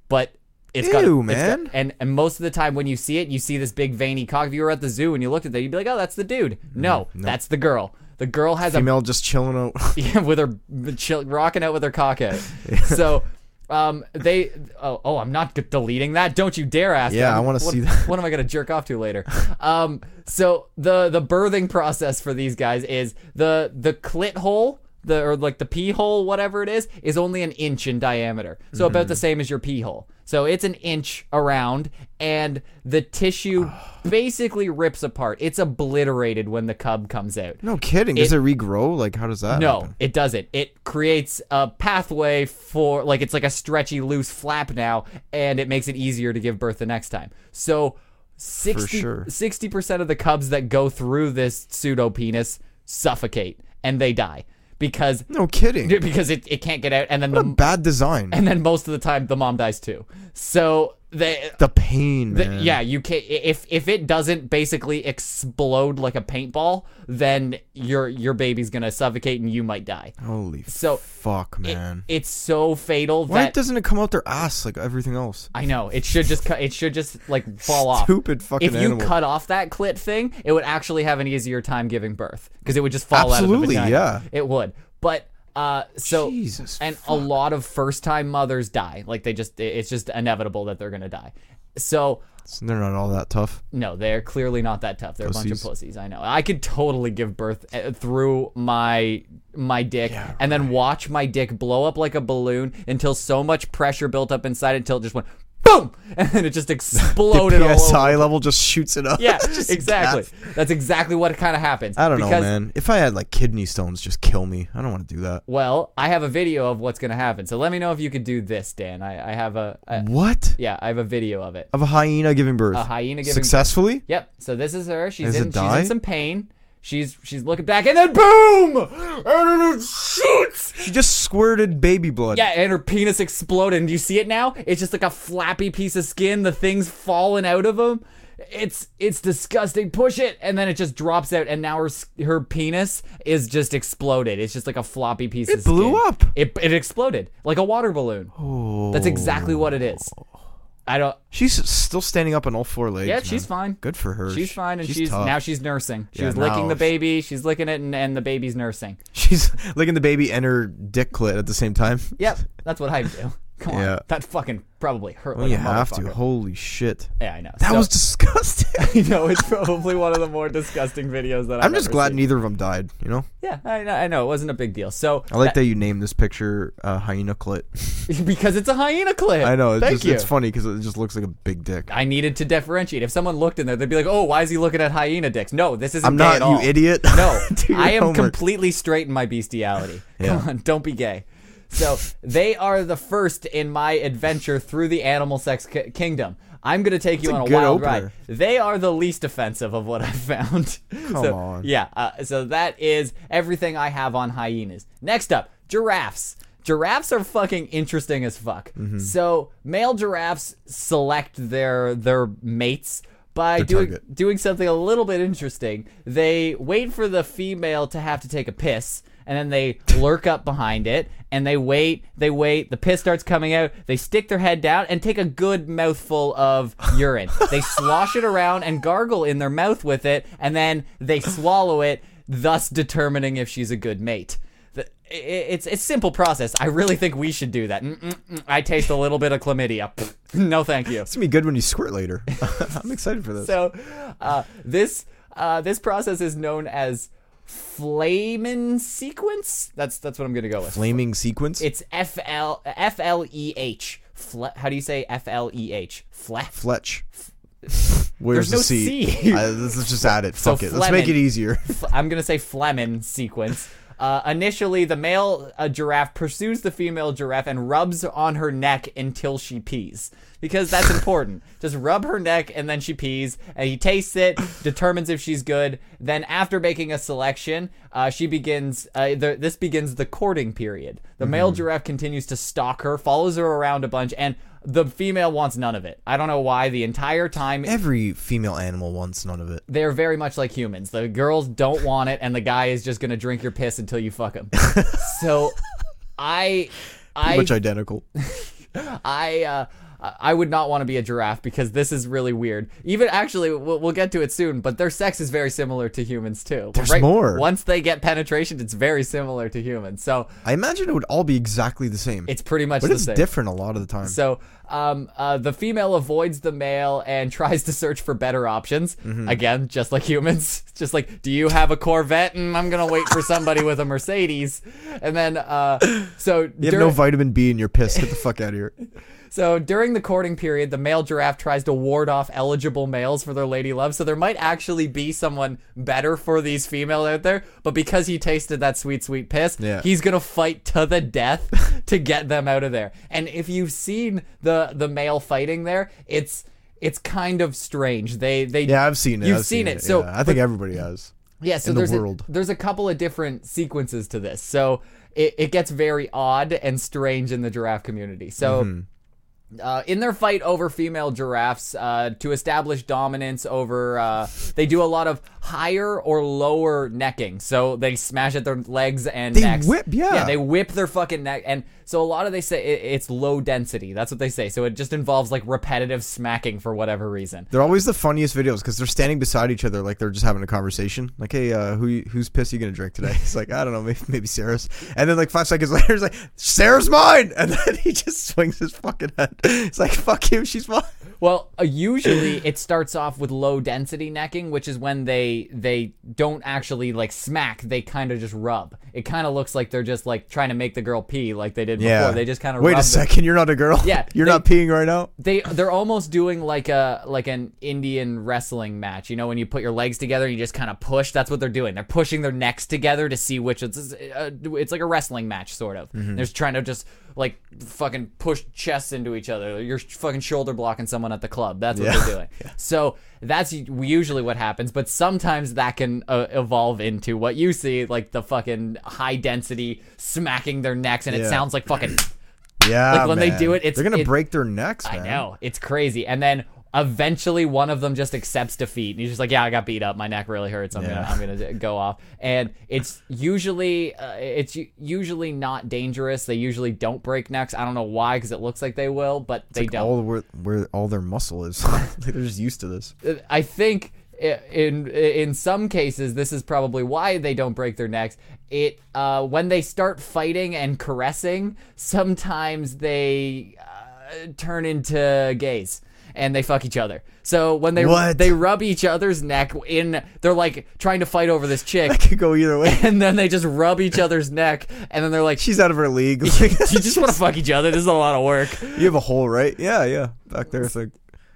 Speaker 4: But it's got,
Speaker 2: Ew,
Speaker 4: it's
Speaker 2: man.
Speaker 4: got- and and most of the time when you see it, you see this big veiny cock. If you were at the zoo and you looked at that, you'd be like, "Oh, that's the dude." No, that's the girl. The girl has a
Speaker 2: Mm-hmm. Female just chilling out.
Speaker 4: yeah, with her chill, rocking out with her cock out. so, um, they. Oh, oh, I'm not g- deleting that. Don't you dare ask.
Speaker 2: Yeah,
Speaker 4: that.
Speaker 2: I wanna
Speaker 4: What-
Speaker 2: see that.
Speaker 4: What am I gonna jerk off to later? Um, so the the birthing process for these guys is the the clit hole. The, or like the pee hole, whatever it is, is only an inch in diameter. So about
Speaker 2: Mm-hmm.
Speaker 4: the same as your pee hole. So it's an inch around, and the tissue basically rips apart. It's obliterated when the cub comes out.
Speaker 2: No kidding. Does it, regrow? Like how does that?
Speaker 4: No,
Speaker 2: happen?
Speaker 4: it doesn't. It creates a pathway for like it's like a stretchy loose flap now and it makes it easier to give birth the next time. So 60
Speaker 2: sure.
Speaker 4: 60% of the cubs that go through this pseudo penis suffocate and they die because
Speaker 2: No kidding.
Speaker 4: because it, it can't get out and then the,
Speaker 2: Bad design.
Speaker 4: and then most of the time the mom dies too. So they
Speaker 2: the pain,
Speaker 4: Th-
Speaker 2: man.
Speaker 4: yeah, you can if if it doesn't basically explode like a paintball, then your your baby's gonna suffocate and you might die.
Speaker 2: Holy
Speaker 4: So,
Speaker 2: fuck,
Speaker 4: It-
Speaker 2: man.
Speaker 4: it's so fatal
Speaker 2: Why
Speaker 4: that
Speaker 2: doesn't it come out their ass like everything else?
Speaker 4: I know it should just cut. It should just like fall off.
Speaker 2: Stupid fucking
Speaker 4: If you
Speaker 2: animal.
Speaker 4: cut off that clit thing, it would actually have an easier time giving birth because it would just fall out of the
Speaker 2: Absolutely,
Speaker 4: vagina.
Speaker 2: yeah.
Speaker 4: it would. But uh, so
Speaker 2: Jesus
Speaker 4: and a lot of first time mothers die. Like they just, it's just inevitable that they're gonna die. So
Speaker 2: They're not all that tough.
Speaker 4: No, they're clearly not that tough. They're a bunch of
Speaker 2: Pussies.
Speaker 4: pussies. I know. I could totally give birth uh, through my my dick and then watch my dick blow up like a balloon until so much pressure built up inside it until it just went boom and then it just exploded all over.
Speaker 2: PSI level just shoots it up.
Speaker 4: Yeah,
Speaker 2: Just
Speaker 4: exactly.
Speaker 2: gas.
Speaker 4: That's exactly what kind of happens.
Speaker 2: I don't know,
Speaker 4: because,
Speaker 2: man. If I had like kidney stones, just kill me. I don't want to do that.
Speaker 4: Well, I have a video of what's going to happen. So let me know if you could do this, Dan. I, I have a,
Speaker 2: Mm.
Speaker 4: a
Speaker 2: What?
Speaker 4: yeah, I have a video of it.
Speaker 2: Of a hyena giving birth.
Speaker 4: A hyena giving
Speaker 2: Successfully?
Speaker 4: Yep. So this is her. She's
Speaker 2: Does it
Speaker 4: in. She's
Speaker 2: die?
Speaker 4: in some pain. She's she's looking back, and then boom! And then it shoots.
Speaker 2: She just squirted baby blood.
Speaker 4: Yeah, and her penis exploded. And do you see it now? It's just like a flappy piece of skin. The thing's falling out of him. It's it's disgusting. Push it, and then it just drops out. And now her s- her penis is just exploded. It's just like a floppy piece. It of
Speaker 2: blew
Speaker 4: skin.
Speaker 2: up.
Speaker 4: It it exploded like a water balloon. Oh. That's exactly what it is. I don't.
Speaker 2: She's still standing up on all four legs.
Speaker 4: Yeah,
Speaker 2: man.
Speaker 4: she's fine.
Speaker 2: Good for her.
Speaker 4: She's
Speaker 2: She-
Speaker 4: fine, and she's,
Speaker 2: tough.
Speaker 4: now she's nursing. She
Speaker 2: Yeah,
Speaker 4: was licking the
Speaker 2: now she-
Speaker 4: baby. She's licking it, and, and the baby's nursing.
Speaker 2: She's licking the baby and her dick clit at the same time.
Speaker 4: Yep, that's what I do. Come on,
Speaker 2: Yeah.
Speaker 4: that fucking probably hurt
Speaker 2: Well,
Speaker 4: like
Speaker 2: you
Speaker 4: a
Speaker 2: have to.
Speaker 4: motherfucker.
Speaker 2: Holy shit.
Speaker 4: Yeah, I know.
Speaker 2: That
Speaker 4: So-
Speaker 2: was disgusting.
Speaker 4: I know it's probably one of the more disgusting videos that I've
Speaker 2: I'm just
Speaker 4: ever
Speaker 2: glad
Speaker 4: seen.
Speaker 2: neither of them died, you know?
Speaker 4: Yeah, I know, I know. It wasn't a big deal. So
Speaker 2: I like that, you named this picture uh, Hyena Clit.
Speaker 4: that- because it's a hyena clip.
Speaker 2: I know. It's,
Speaker 4: Thank
Speaker 2: just,
Speaker 4: you.
Speaker 2: it's funny because it just looks like a big dick.
Speaker 4: I needed to differentiate. If someone looked in there, they'd be like, "Oh, why is he looking at hyena dicks?" No, this isn't.
Speaker 2: I'm
Speaker 4: gay
Speaker 2: not,
Speaker 4: at all.
Speaker 2: you idiot.
Speaker 4: No,
Speaker 2: Do your
Speaker 4: I am
Speaker 2: homework.
Speaker 4: completely straight in my bestiality. Come on, don't be gay. So they are the first in my adventure through the animal sex ki- kingdom. I'm gonna take you
Speaker 2: a
Speaker 4: on a
Speaker 2: good
Speaker 4: wild
Speaker 2: opener.
Speaker 4: ride. They are the least offensive of what I've found. Come so,
Speaker 2: on.
Speaker 4: Yeah. Uh, so that is everything I have on hyenas. Next up, giraffes. Giraffes are fucking interesting as fuck.
Speaker 2: Mm-hmm.
Speaker 4: So male giraffes select their their mates by doing
Speaker 2: target.
Speaker 4: doing something a little bit interesting. They wait for the female to have to take a piss, and then they lurk up behind it, and they wait, they wait. The piss starts coming out. They stick their head down and take a good mouthful of urine. They slosh it around and gargle in their mouth with it, and then they swallow it, thus determining if she's a good mate. The- i- i- It's it's simple process. I really think we should do that. Mm-mm-mm. I taste a little bit of chlamydia. No, thank you.
Speaker 2: It's going to be good when you squirt later. I'm excited for this.
Speaker 4: So uh, this uh, this process is known as Flamen sequence. That's that's what I'm gonna go with.
Speaker 2: Flaming sequence?
Speaker 4: It's F L F L E H. Fle- how do you say F L E H? Fle-
Speaker 2: Fletch. Where's
Speaker 4: There's no
Speaker 2: the C?
Speaker 4: C.
Speaker 2: I- let's let's just add it. Fuck it. Let's make it
Speaker 4: Fleming.
Speaker 2: easier.
Speaker 4: f- I'm gonna say Flamen sequence. Uh, initially, the male uh, giraffe pursues the female giraffe and rubs on her neck until she pees, because that's important. Just rub her neck and then she pees, and he tastes it, determines if she's good. Then, after making a selection, uh, she begins. Uh, the, this begins the courting period. The male giraffe continues to stalk her, follows her around a bunch, and the female wants none of it. I don't know why. The entire time,
Speaker 2: Every female animal wants none of it.
Speaker 4: they're very much like humans. The girls don't want it, and the guy is just gonna drink your piss until you fuck him. so, I, I,
Speaker 2: Much identical.
Speaker 4: I, uh, I would not want to be a giraffe because this is really weird. Even actually, we'll, we'll get to it soon. But their sex is very similar to humans too.
Speaker 2: There's more.
Speaker 4: Once they get penetration, it's very similar to humans. So
Speaker 2: I imagine it would all be exactly the same.
Speaker 4: it's pretty much
Speaker 2: but
Speaker 4: the
Speaker 2: it's
Speaker 4: same.
Speaker 2: different a lot of the time.
Speaker 4: So um, uh, the female avoids the male and tries to search for better options.
Speaker 2: Mm-hmm.
Speaker 4: Again, just like humans. Just like, do you have a Corvette? Mm, I'm going to wait for somebody with a Mercedes. And then, uh, so,
Speaker 2: you have
Speaker 4: dur-
Speaker 2: no vitamin B in your piss. Get the fuck out of here.
Speaker 4: so during the courting period, the male giraffe tries to ward off eligible males for their lady love. So there might actually be someone better for these female out there. But because he tasted that sweet, sweet piss,
Speaker 2: Yeah.
Speaker 4: he's gonna fight to the death to get them out of there. And if you've seen the the male fighting there, it's it's kind of strange. They they
Speaker 2: Yeah, I've seen it.
Speaker 4: You've
Speaker 2: I've
Speaker 4: seen it, so-
Speaker 2: yeah, I think everybody has.
Speaker 4: yeah, so
Speaker 2: in the
Speaker 4: there's
Speaker 2: world.
Speaker 4: A, there's a couple of different sequences to this, so it, it gets very odd and strange in the giraffe community. So.
Speaker 2: Mm-hmm.
Speaker 4: Uh, in their fight over female giraffes uh, to establish dominance over, uh, they do a lot of higher or lower necking. So they smash at their legs and
Speaker 2: They
Speaker 4: necks.
Speaker 2: whip, yeah.
Speaker 4: yeah, they whip their fucking neck, and so a lot of they say it, it's low density. That's what they say. So it just involves like repetitive smacking for whatever reason.
Speaker 2: They're always the funniest videos because they're standing beside each other like they're just having a conversation. Like, hey, uh, who you- whose piss you gonna drink today? It's like, I don't know, maybe, maybe Sarah's. And then like five seconds later, it's like Sarah's mine. And then he just swings his fucking head. It's like fuck you, she's mine.
Speaker 4: Well, uh, usually it starts off with low density necking, which is when they they don't actually like smack. They kind of just rub. It kind of looks like they're just like trying to make the girl pee, like they did before. They just kind of
Speaker 2: wait
Speaker 4: rub
Speaker 2: a
Speaker 4: them.
Speaker 2: second. You're not a girl.
Speaker 4: Yeah,
Speaker 2: you're
Speaker 4: they-
Speaker 2: not peeing right now.
Speaker 4: They they're almost doing like a like an Indian wrestling match. You know, when you put your legs together and you just kind of push. That's what they're doing. They're pushing their necks together to see which it's uh, it's like a wrestling match sort of.
Speaker 2: Mm-hmm.
Speaker 4: They're just trying to just like fucking push chests into each other. You're fucking shoulder blocking someone at the club. That's what
Speaker 2: Yeah.
Speaker 4: they're doing. So that's usually what happens, but sometimes that can uh, evolve into what you see, like the fucking high density smacking their necks, and it
Speaker 2: Yeah.
Speaker 4: sounds like fucking.
Speaker 2: Yeah,
Speaker 4: Like, when they
Speaker 2: man.
Speaker 4: do it, it's-
Speaker 2: they're gonna
Speaker 4: it-
Speaker 2: break their necks.
Speaker 4: I
Speaker 2: man.
Speaker 4: know it's crazy, and then eventually one of them just accepts defeat, and he's just like, "Yeah, I got beat up. My neck really hurts. I'm gonna,
Speaker 2: Yeah.
Speaker 4: I'm gonna go off." And it's usually, uh, it's u- usually not dangerous. They usually don't break necks. I don't know why, because it looks like they will, but they don't.
Speaker 2: All where, where all their muscle is. like, they're just used to this.
Speaker 4: I think i- in in some cases, this is probably why they don't break their necks. It uh, when they start fighting and caressing, sometimes they uh, turn into gays and they fuck each other. So when they
Speaker 2: What?
Speaker 4: they rub each other's neck in, they're like trying to fight over this chick,
Speaker 2: Could go either way.
Speaker 4: and then they just rub each other's neck, and then they're like,
Speaker 2: She's out of her league. Like,
Speaker 4: "You just want to fuck each other. This is a lot of work."
Speaker 2: you have a hole, right? Yeah, yeah. Back there, it's like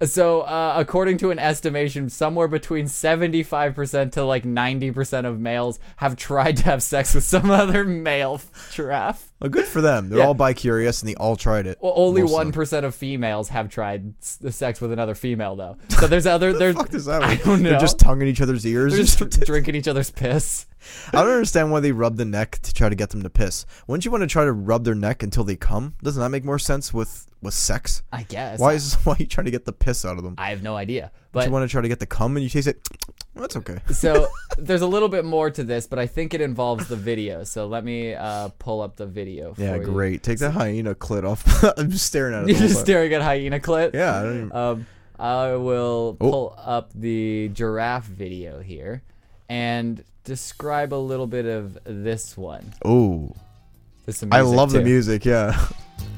Speaker 4: So, uh, according to an estimation, somewhere between 75% to like 90% of males have tried to have sex with some other male giraffe.
Speaker 2: well, Oh, good for them. They're
Speaker 4: Yeah.
Speaker 2: all bi curious and they all tried it.
Speaker 4: Well, only
Speaker 2: Most of
Speaker 4: one percent of females have tried s- sex with another female, though. So there's other there's
Speaker 2: Fuck does that
Speaker 4: I
Speaker 2: mean?
Speaker 4: don't know.
Speaker 2: They're just tongue in each other's ears.
Speaker 4: They're
Speaker 2: or
Speaker 4: just
Speaker 2: something.
Speaker 4: drinking each other's piss.
Speaker 2: I don't understand why they rub the neck to try to get them to piss. Wouldn't you want to try to rub their neck until they come? Doesn't that make more sense with with sex?
Speaker 4: I guess.
Speaker 2: Why is why are you trying to get the piss out of them?
Speaker 4: I have no idea.
Speaker 2: you
Speaker 4: But
Speaker 2: want to try to get the cum and you taste it. That's okay.
Speaker 4: so there's a little bit more to this, but I think it involves the video. So let me uh, pull up the video. For
Speaker 2: Yeah,
Speaker 4: you.
Speaker 2: great. Take that hyena clit off. I'm just staring at it.
Speaker 4: You're
Speaker 2: the whole
Speaker 4: just
Speaker 2: time.
Speaker 4: staring at hyena clit.
Speaker 2: yeah, I don't even,
Speaker 4: Um, I will
Speaker 2: Oh.
Speaker 4: pull up the giraffe video here and describe a little bit of this one.
Speaker 2: oh,
Speaker 4: There's some
Speaker 2: I
Speaker 4: music,
Speaker 2: love the
Speaker 4: too.
Speaker 2: music. Yeah,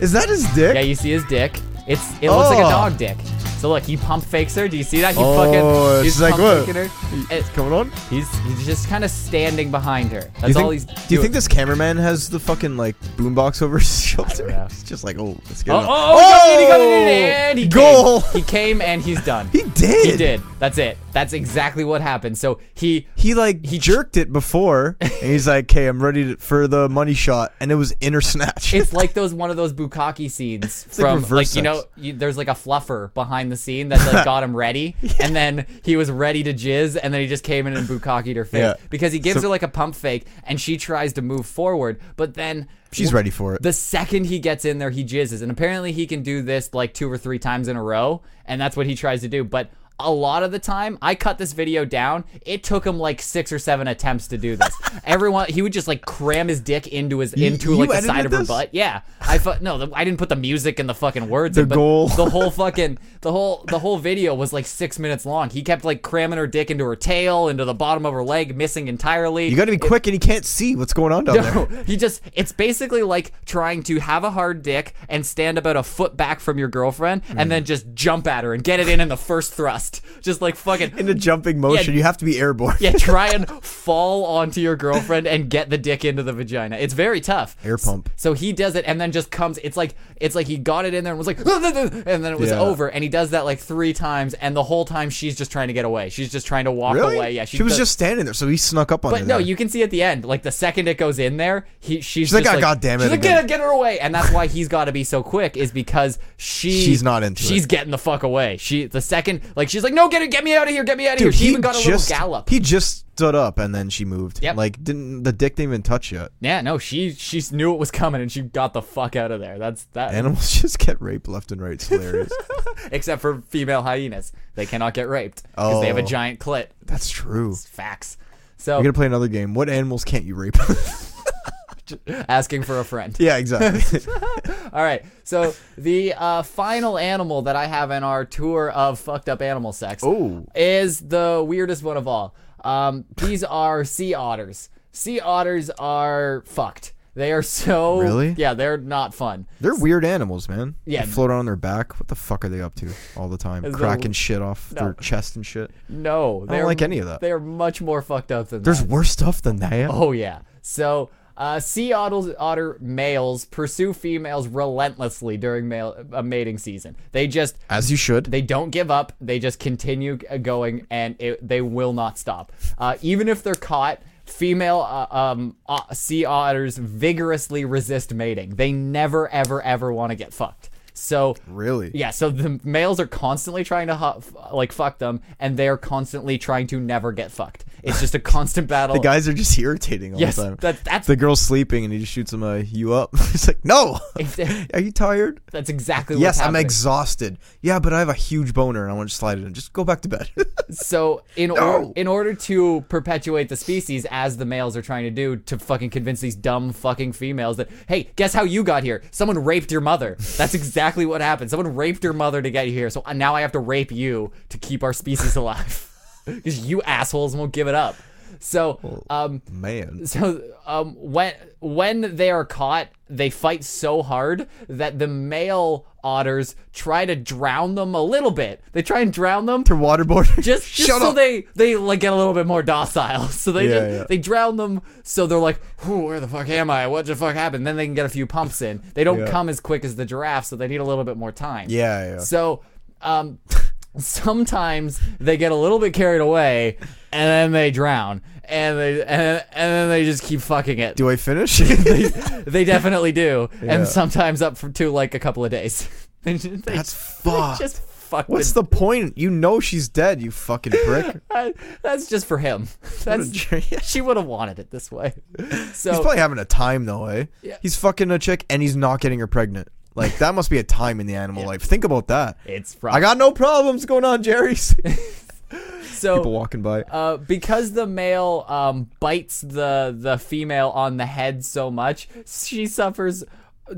Speaker 2: is that his dick?
Speaker 4: Yeah, you see his dick. It's it looks like a
Speaker 2: Oh.
Speaker 4: dog dick. So look, he pump fakes her. Do you see that? He
Speaker 2: Oh,
Speaker 4: fucking
Speaker 2: it's
Speaker 4: he's
Speaker 2: like,
Speaker 4: pump
Speaker 2: what?
Speaker 4: faking her. It-
Speaker 2: Coming on.
Speaker 4: he's he's just kind of standing behind her. That's
Speaker 2: you think,
Speaker 4: all he's.
Speaker 2: do you think this cameraman has the fucking like boombox over his shoulder?
Speaker 4: know.
Speaker 2: He's just like, oh, let's get
Speaker 4: Oh,
Speaker 2: it.
Speaker 4: oh, oh, he got it, he got it, and he
Speaker 2: Oh, goal.
Speaker 4: Came. He came and he's done.
Speaker 2: He did.
Speaker 4: He did. That's it. That's exactly what happened. So he
Speaker 2: He like
Speaker 4: He-
Speaker 2: jerked it before, and he's like, "Okay, I'm ready to, for the money shot," and it was inner snatch.
Speaker 4: It's like those one of those bukkake scenes
Speaker 2: like
Speaker 4: from like,
Speaker 2: reverse
Speaker 4: you know
Speaker 2: sex.
Speaker 4: you, there's like a fluffer behind the scene that like got him ready and then he was ready to jizz and then he just came in and bukkakeed her face
Speaker 2: Yeah.
Speaker 4: because he gives
Speaker 2: So-
Speaker 4: her like a pump fake and she tries to move forward but then
Speaker 2: She's ready for it.
Speaker 4: the second he gets in there he jizzes and apparently he can do this like two or three times in a row and that's what he tries to do but a lot of the time i cut this video down it took him like six or seven attempts to do this everyone he would just like cram his dick into his into
Speaker 2: you
Speaker 4: like the side
Speaker 2: edited
Speaker 4: of her
Speaker 2: this?
Speaker 4: butt yeah, I fu- no, the, I didn't put the music and the fucking words. The in, but
Speaker 2: goal.
Speaker 4: the whole fucking the whole the whole video was like six minutes long. He kept like cramming her dick into her tail, into the bottom of her leg, missing entirely.
Speaker 2: you got to be quick, and he can't see what's going on down there.
Speaker 4: no, he just it's basically like trying to have a hard dick and stand about a foot back from your girlfriend
Speaker 2: Mm.
Speaker 4: and then just jump at her and get it in in the first thrust. Just like fucking
Speaker 2: In a jumping motion, you have to be airborne.
Speaker 4: yeah, try and fall onto your girlfriend and get the dick into the vagina. It's very tough.
Speaker 2: Air pump.
Speaker 4: So he does it and then just comes. It's like it's like he got it in there and was like, and then it was
Speaker 2: Yeah.
Speaker 4: over. And he does that like three times, and the whole time she's just trying to get away. She's just trying to walk
Speaker 2: Really?
Speaker 4: away. Yeah,
Speaker 2: she, was
Speaker 4: does-
Speaker 2: just standing there, so he snuck up on her.
Speaker 4: But no,
Speaker 2: there.
Speaker 4: you can see at the end, like the second it goes in there, he she's,
Speaker 2: like,
Speaker 4: just
Speaker 2: "Ah,
Speaker 4: like,
Speaker 2: God damn it
Speaker 4: she's like,
Speaker 2: again."
Speaker 4: get, get her away, and that's why he's got to be so quick, is because she
Speaker 2: She's not into
Speaker 4: she's
Speaker 2: it.
Speaker 4: getting the fuck away. She the second, like she's like, no, get it, get me out of here, get me out of here.
Speaker 2: Dude,
Speaker 4: She
Speaker 2: he
Speaker 4: even got a
Speaker 2: just-
Speaker 4: little gallop.
Speaker 2: He just stood up, and then she moved.
Speaker 4: Yep.
Speaker 2: Like didn't the dick didn't even touch yet.
Speaker 4: Yeah, no, she she knew it was coming and she got the fuck out of there. That's that.
Speaker 2: Animals just get raped left and right. It's hilarious.
Speaker 4: Except for female hyenas, they cannot get raped because they have a
Speaker 2: Oh.
Speaker 4: giant clit.
Speaker 2: That's true.
Speaker 4: Oh. Facts. So
Speaker 2: We're gonna play another game. What animals can't you rape?
Speaker 4: asking for a friend.
Speaker 2: yeah, exactly.
Speaker 4: All right. So the uh, final animal that I have in our tour of fucked up animal sex
Speaker 2: Ooh.
Speaker 4: is the weirdest one of all. Um, these are sea otters. Sea otters are fucked. They are so
Speaker 2: Really?
Speaker 4: yeah. They're not fun.
Speaker 2: They're weird animals, man.
Speaker 4: Yeah.
Speaker 2: They float on their back. What the fuck are they up to all the time?
Speaker 4: though-
Speaker 2: Cracking shit off
Speaker 4: No.
Speaker 2: their chest and shit.
Speaker 4: No, they're,
Speaker 2: like any of that.
Speaker 4: They are much more fucked up than
Speaker 2: There's
Speaker 4: that.
Speaker 2: worse stuff than that.
Speaker 4: Oh yeah. So uh, sea otters, otter males pursue females relentlessly during male uh, mating season. They just
Speaker 2: As you should.
Speaker 4: they don't give up. They just continue uh, going, and it, they will not stop. Uh, even if they're caught, female uh, um, uh, sea otters vigorously resist mating. They never, ever, ever want to get fucked. So
Speaker 2: Really?
Speaker 4: yeah. So the males are constantly trying to hu- f- like fuck them, and they are constantly trying to never get fucked. It's just a constant battle.
Speaker 2: The guys are just irritating all
Speaker 4: Yes,
Speaker 2: the time.
Speaker 4: that- that's-
Speaker 2: the girl's sleeping and he just shoots him uh, you up. He's like, No.
Speaker 4: Exa-
Speaker 2: are you tired?
Speaker 4: That's exactly what's
Speaker 2: Yes, I'm
Speaker 4: happening.
Speaker 2: exhausted. Yeah, but I have a huge boner and I want to slide it in. Just go back to bed.
Speaker 4: So in or, in order to perpetuate the species, as the males are trying to do, to fucking convince these dumb fucking females that hey, guess how you got here? Someone raped your mother. That's uh, exactly what happened. Someone raped your mother to get you here. So now I have to rape you to keep our species alive. because you assholes won't give it up. So, um,
Speaker 2: Man.
Speaker 4: so um, when when they are caught, they fight so hard that the male otters try to drown them a little bit. They try and drown them,
Speaker 2: They're waterboarding.
Speaker 4: just, just
Speaker 2: Shut
Speaker 4: so
Speaker 2: up.
Speaker 4: they they like get a little bit more docile. So they
Speaker 2: Yeah,
Speaker 4: just,
Speaker 2: yeah.
Speaker 4: they drown them. So they're like, "Whew, where the fuck am I? What the fuck happened? Then they can get a few pumps in. They don't
Speaker 2: Yeah.
Speaker 4: come as quick as the giraffe, so they need a little bit more time.
Speaker 2: Yeah, yeah.
Speaker 4: So, um, sometimes they get a little bit carried away, and then they drown, and they and, and then they just keep fucking it.
Speaker 2: Do I finish?
Speaker 4: they definitely do,
Speaker 2: Yeah.
Speaker 4: and sometimes up for to like a couple of days. They just- they
Speaker 2: That's
Speaker 4: they
Speaker 2: fucked.
Speaker 4: Just fuck
Speaker 2: Ah. What's the point? You know she's dead, you fucking prick.
Speaker 4: I, that's just for him. That's
Speaker 2: jerk.
Speaker 4: she would have wanted it this way.
Speaker 2: He's
Speaker 4: So
Speaker 2: probably having a time though, eh?
Speaker 4: Yeah.
Speaker 2: He's fucking a chick and he's not getting her pregnant. Like that must be a time in the animal life. Think about that.
Speaker 4: it's
Speaker 2: I
Speaker 4: probably
Speaker 2: got no problems going on, Jerry's. People
Speaker 4: so
Speaker 2: walking by.
Speaker 4: uh, because the male um, bites the the female on the head so much, she suffers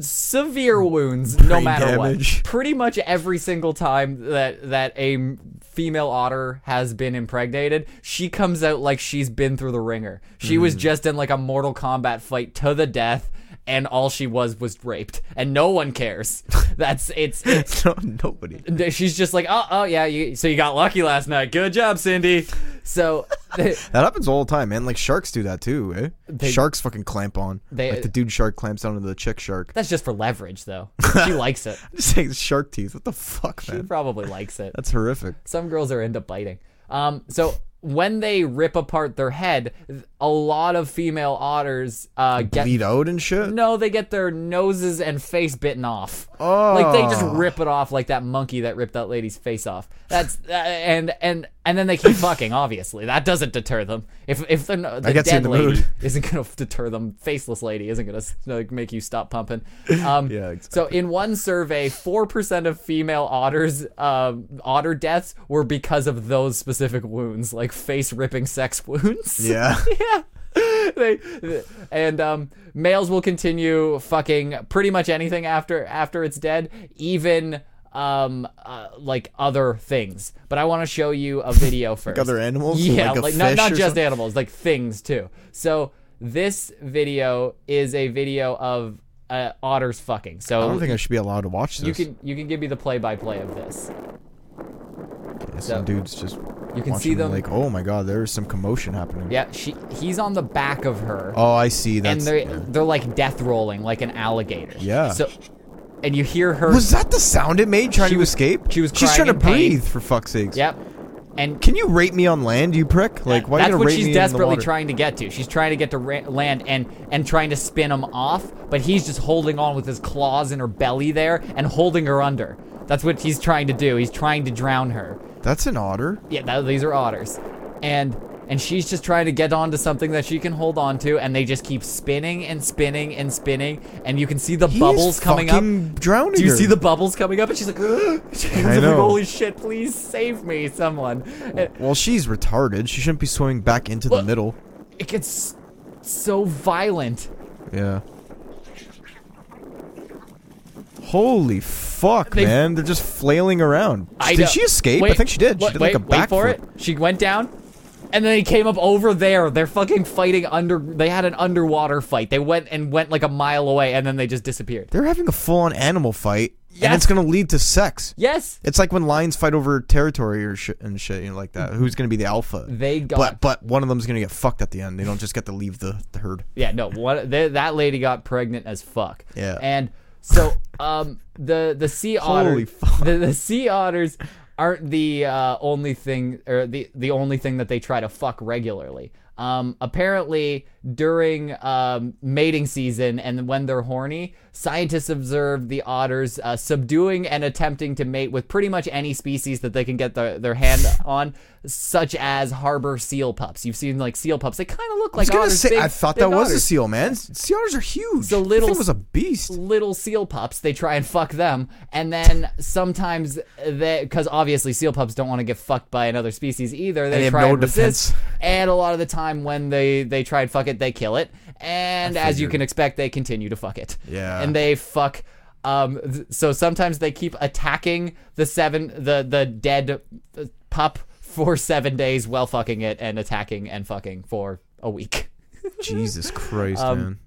Speaker 4: severe wounds no
Speaker 2: Brain
Speaker 4: matter
Speaker 2: damage.
Speaker 4: what. Pretty much every single time that that a m- female otter has been impregnated, she comes out like she's been through the ringer. She was
Speaker 2: Hmm.
Speaker 4: just in like a Mortal Kombat fight to the death. And all she was was raped, and no one cares. That's it's it's
Speaker 2: no, nobody.
Speaker 4: And she's just like, oh, oh yeah, you, so you got lucky last night. Good job, Cindy. So they,
Speaker 2: That happens all the time, man. Like sharks do that too, eh? sharks fucking clamp on.
Speaker 4: they-
Speaker 2: like the dude shark clamps onto the chick shark.
Speaker 4: that's just for leverage, though. She likes it.
Speaker 2: Just like shark teeth. What the fuck,
Speaker 4: She
Speaker 2: man?
Speaker 4: probably likes it.
Speaker 2: That's horrific.
Speaker 4: Some girls are into biting. Um, so when they rip apart their head, a lot of female otters uh, get
Speaker 2: Bleed out and shit.
Speaker 4: No, they get their noses and face bitten off. Oh, like they just rip it off, like that monkey that ripped that lady's face off. That's uh, and and and then they keep fucking. Obviously, that doesn't deter them. If if the, the
Speaker 2: gets you
Speaker 4: dead
Speaker 2: in the
Speaker 4: lady
Speaker 2: mood.
Speaker 4: isn't gonna deter them, faceless lady isn't gonna like, make you stop pumping. Um,
Speaker 2: Yeah,
Speaker 4: So in one survey, four percent of female otters um otter deaths were because of those specific wounds, like face ripping sex wounds
Speaker 2: Yeah.
Speaker 4: yeah. They, and um, males will continue fucking pretty much anything after after it's dead, even um uh, like other things. But I want to show you a video first.
Speaker 2: other animals?
Speaker 4: Yeah,
Speaker 2: Like a
Speaker 4: like, not
Speaker 2: fish
Speaker 4: not
Speaker 2: or
Speaker 4: just
Speaker 2: something?
Speaker 4: animals, like things too. So this video is a video of uh, otters fucking. So
Speaker 2: I don't think I should be allowed to watch this.
Speaker 4: you can you can give me the play by play of this.
Speaker 2: Some dudes just.
Speaker 4: You can
Speaker 2: watching
Speaker 4: see them.
Speaker 2: Like, oh my god, there is some commotion happening.
Speaker 4: Yeah, she he's on the back of her.
Speaker 2: Oh, I see.
Speaker 4: and
Speaker 2: That's.
Speaker 4: they're they're like death rolling like an alligator.
Speaker 2: Yeah.
Speaker 4: So, and you hear her.
Speaker 2: Was that the sound it made trying
Speaker 4: She
Speaker 2: to
Speaker 4: was-
Speaker 2: escape?
Speaker 4: she was
Speaker 2: She's
Speaker 4: crying
Speaker 2: trying to
Speaker 4: in pain.
Speaker 2: breathe, for fuck's sakes.
Speaker 4: Yep. And
Speaker 2: Can you rape me on land, you prick? Like, why
Speaker 4: that's
Speaker 2: you gonna
Speaker 4: what
Speaker 2: rape
Speaker 4: she's
Speaker 2: me
Speaker 4: desperately
Speaker 2: in the water?
Speaker 4: trying to get to. She's trying to get to ra- land and and trying to spin him off, but he's just holding on with his claws in her belly there and holding her under. That's what he's trying to do. He's trying to drown her.
Speaker 2: That's an otter.
Speaker 4: Yeah, that, these are otters, and and she's just trying to get onto something that she can hold on to, and they just keep spinning and spinning and spinning, and you can see the
Speaker 2: He is
Speaker 4: bubbles coming up.
Speaker 2: fucking Drowning.
Speaker 4: Do you
Speaker 2: her.
Speaker 4: see the bubbles coming up? And she's like, "Ugh." She's like,
Speaker 2: know.
Speaker 4: holy shit, please save me, someone. And
Speaker 2: Well, she's retarded. She shouldn't be swimming back into the
Speaker 4: Well-
Speaker 2: middle.
Speaker 4: it gets so violent.
Speaker 2: Yeah. Holy fuck,
Speaker 4: They-
Speaker 2: man! They're just flailing around.
Speaker 4: I
Speaker 2: did
Speaker 4: know-
Speaker 2: she escape? I
Speaker 4: Wait,
Speaker 2: think she did.
Speaker 4: wait,
Speaker 2: she did
Speaker 4: wait,
Speaker 2: like a
Speaker 4: wait
Speaker 2: backflip.
Speaker 4: for it. She went down, and then he came up over there. They're fucking fighting under. They had an underwater fight. They went and went like a mile away, and then they just disappeared.
Speaker 2: They're having a full-on animal fight, and
Speaker 4: Yes.
Speaker 2: it's gonna lead to sex.
Speaker 4: Yes,
Speaker 2: It's like when lions fight over territory or shit and shit, you know, like that. Who's gonna be the alpha?
Speaker 4: they got.
Speaker 2: but but one of them's gonna get fucked at the end. They don't just get to leave the, the herd.
Speaker 4: Yeah, no, what th that lady got pregnant as fuck.
Speaker 2: Yeah.
Speaker 4: and so um the the sea otter
Speaker 2: Holy fuck.
Speaker 4: The, the sea otters aren't the uh, only thing or the the only thing that they try to fuck regularly. Um, apparently during um, mating season and when they're horny, scientists observed the otters uh, subduing and attempting to mate with pretty much any species that they can get their, their hand on, such as harbor seal pups. You've seen like seal pups; they kind of look
Speaker 2: I was
Speaker 4: like
Speaker 2: gonna
Speaker 4: otters.
Speaker 2: say
Speaker 4: big-
Speaker 2: I thought
Speaker 4: big
Speaker 2: that was a
Speaker 4: otters.
Speaker 2: seal, man. Sea otters are huge.
Speaker 4: The little
Speaker 2: thing was a
Speaker 4: s-
Speaker 2: beast.
Speaker 4: little seal pups. They try and fuck them, and then sometimes they, because obviously seal pups don't want to get fucked by another species either. They,
Speaker 2: they have
Speaker 4: try
Speaker 2: no
Speaker 4: and resist,
Speaker 2: defense.
Speaker 4: and a lot of the time when they they try and fuck it, they kill it. And as you
Speaker 2: figured.
Speaker 4: can expect, they continue to fuck it.
Speaker 2: Yeah.
Speaker 4: and they fuck. Um, th- so sometimes they keep attacking the seven, the the dead uh, pup. f- for seven days while fucking it and attacking and fucking for a week.
Speaker 2: Jesus Christ,
Speaker 4: Um,
Speaker 2: man.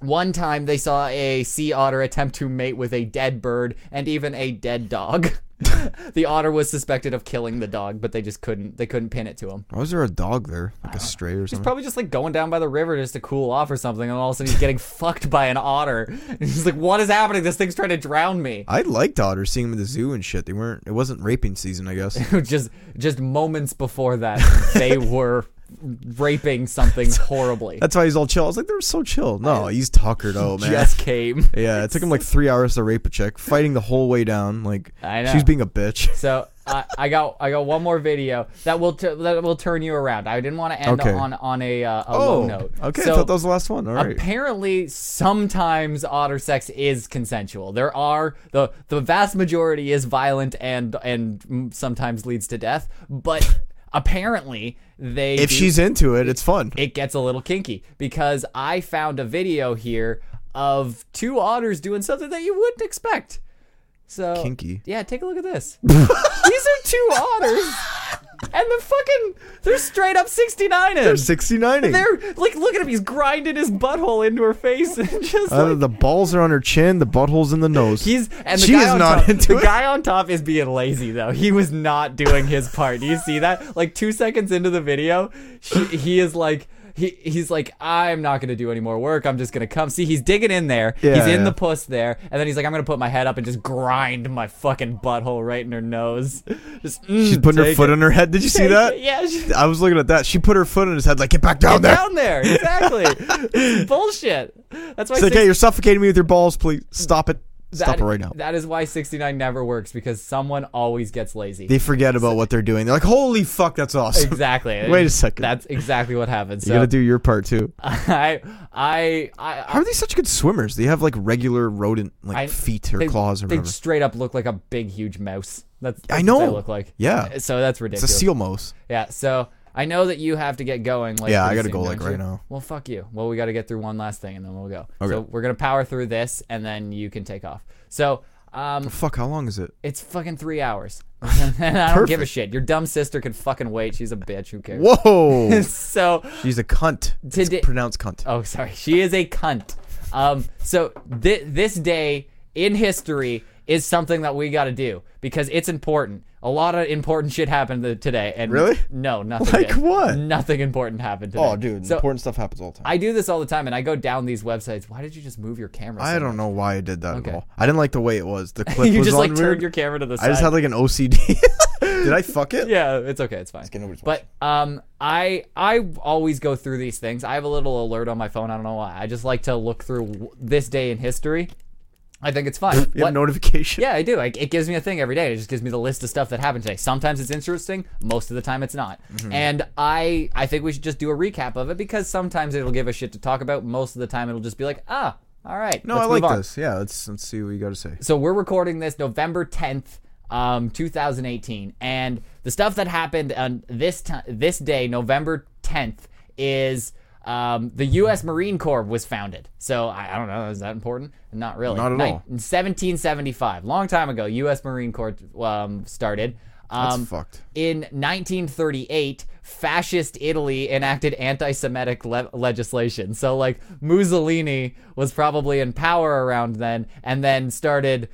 Speaker 4: One time they saw a sea otter attempt to mate with a dead bird and even a dead dog. the otter was suspected of killing the dog, but they just couldn't they couldn't pin it to him.
Speaker 2: Why was there a dog there, like a stray or something?
Speaker 4: Probably just like going down by the river just to cool off or something, and all of a sudden he's getting fucked by an otter. And he's like, What is happening? This thing's trying to drown me.
Speaker 2: I liked otters, seeing them at the zoo and shit. They weren't. It wasn't raping season, I guess.
Speaker 4: just just moments before that, they were raping something horribly.
Speaker 2: That's why he's all chill. I was like, they're so chill. No, he's tuckered out, man.
Speaker 4: Just came.
Speaker 2: Yeah, it took him like three hours to rape a chick, fighting the whole way down. Like
Speaker 4: I
Speaker 2: she was
Speaker 4: know.
Speaker 2: being a bitch.
Speaker 4: So I, I got I got one more video that will t- that will turn you around. I didn't want to end
Speaker 2: Okay.
Speaker 4: on on a, uh, a
Speaker 2: Oh,
Speaker 4: low note.
Speaker 2: okay.
Speaker 4: So
Speaker 2: I thought that was the last one. All right.
Speaker 4: apparently, sometimes otter sex is consensual. There are the the vast majority is violent and and mm, sometimes leads to death. But apparently, they
Speaker 2: if
Speaker 4: do-
Speaker 2: she's into it, it's fun.
Speaker 4: it gets a little kinky because I found a video here of two otters doing something that you wouldn't expect. So
Speaker 2: Kinky.
Speaker 4: Yeah, take a look at this. These are two otters. And the fucking they're straight up 69
Speaker 2: They're
Speaker 4: inch.
Speaker 2: 69 -ing.
Speaker 4: They're like look at him, he's grinding his butthole into her face and just
Speaker 2: Uh,
Speaker 4: like,
Speaker 2: the balls are on her chin, the butthole's in the nose.
Speaker 4: He's and the
Speaker 2: she
Speaker 4: guy
Speaker 2: is
Speaker 4: on
Speaker 2: not
Speaker 4: top,
Speaker 2: into
Speaker 4: the
Speaker 2: it.
Speaker 4: guy on top is being lazy though. He was not doing his part. Do you see that? Like two seconds into the video, she, he is like. He, he's like, I'm not gonna do any more work. I'm just gonna come. See, he's digging in there.
Speaker 2: Yeah,
Speaker 4: he's in
Speaker 2: yeah.
Speaker 4: the puss there, and then he's like, I'm gonna put my head up and just grind my fucking butthole right in her nose. Just mm,
Speaker 2: She's putting her
Speaker 4: take
Speaker 2: foot
Speaker 4: it,
Speaker 2: in her head. Did you see
Speaker 4: take
Speaker 2: that?
Speaker 4: it. Yeah, she,
Speaker 2: I was looking at that. She put her foot in his head, like, get back down
Speaker 4: down,
Speaker 2: there.
Speaker 4: there. exactly. It's bullshit. That's why.
Speaker 2: It's like,
Speaker 4: six-
Speaker 2: hey, you're suffocating me with your balls. Please stop it. Stop
Speaker 4: that-
Speaker 2: it right now.
Speaker 4: That is why 69 never works because someone always gets lazy.
Speaker 2: they forget about what they're doing. They're like, holy fuck, that's awesome.
Speaker 4: Exactly.
Speaker 2: Wait a second.
Speaker 4: That's exactly what happened.
Speaker 2: You gotta
Speaker 4: So
Speaker 2: do your part too.
Speaker 4: I, I, I,
Speaker 2: How are they such good swimmers? They have like regular rodent like
Speaker 4: I-
Speaker 2: feet or
Speaker 4: they,
Speaker 2: claws or
Speaker 4: they
Speaker 2: whatever.
Speaker 4: straight up look like a big, huge mouse. That's, that's
Speaker 2: I
Speaker 4: What
Speaker 2: know.
Speaker 4: they look like.
Speaker 2: Yeah.
Speaker 4: So that's
Speaker 2: It's a
Speaker 4: ridiculous.
Speaker 2: seal mouse.
Speaker 4: Yeah. So I know that you have to get going. Like
Speaker 2: Yeah, I
Speaker 4: pretty
Speaker 2: gotta
Speaker 4: soon,
Speaker 2: go, like,
Speaker 4: don't
Speaker 2: right
Speaker 4: you?
Speaker 2: now.
Speaker 4: Well, fuck you. Well, we got to get through one last thing and then we'll go.
Speaker 2: Okay.
Speaker 4: So we're gonna power through this and then you can take off. So. Um,
Speaker 2: Fuck, how long is it?
Speaker 4: it's fucking three hours. and I don't give a shit. Your dumb sister can fucking wait. She's a bitch. Who cares?
Speaker 2: Whoa.
Speaker 4: So
Speaker 2: She's a cunt. It's
Speaker 4: Today-
Speaker 2: pronounced cunt.
Speaker 4: Oh, sorry. She is a cunt. Um, so thi this day in history is something that we got to do because it's important. A lot of important shit happened th- today. And
Speaker 2: Really?
Speaker 4: No, nothing.
Speaker 2: Like
Speaker 4: did.
Speaker 2: what?
Speaker 4: Nothing important happened today.
Speaker 2: Oh, dude,
Speaker 4: So
Speaker 2: important stuff happens all the time.
Speaker 4: I do this all the time, and I go down these websites. Why did you just move your camera?
Speaker 2: I
Speaker 4: so
Speaker 2: don't know why I did that
Speaker 4: Okay.
Speaker 2: at all. I didn't like the way it was. The
Speaker 4: much?
Speaker 2: clip
Speaker 4: You
Speaker 2: was
Speaker 4: just
Speaker 2: on
Speaker 4: like
Speaker 2: weird.
Speaker 4: turned your camera to the side.
Speaker 2: I just had like an OCD. did I fuck it?
Speaker 4: yeah, it's okay. It's fine.
Speaker 2: get nobody's
Speaker 4: but um, I I always go through these things. I have a little alert on my phone. I don't know why. I just like to look through w- this day in history. I think it's fun.
Speaker 2: You
Speaker 4: What-
Speaker 2: have notification.
Speaker 4: yeah, I do. I, it gives me a thing every day. It just gives me the list of stuff that happened today. Sometimes it's interesting. Most of the time, it's not. And I I think we should just do a recap of it because sometimes it'll give a shit to talk about. Most of the time, it'll just be like, ah, all right.
Speaker 2: No,
Speaker 4: let's
Speaker 2: I
Speaker 4: move
Speaker 2: like
Speaker 4: on.
Speaker 2: this. Yeah, let's let's see what you got to say.
Speaker 4: So we're recording this November 10th, um, 2018, and the stuff that happened on this ti this day, November 10th, is um, the U.S. Marine Corps was founded. So I, I don't know, is that important? Not really.
Speaker 2: Not at
Speaker 4: Nin-
Speaker 2: all.
Speaker 4: 1775, long time ago, U.S. Marine Corps um, started. Um,
Speaker 2: fucked.
Speaker 4: In 1938, fascist Italy enacted anti-Semitic le- legislation. So like Mussolini was probably in power around then, and then started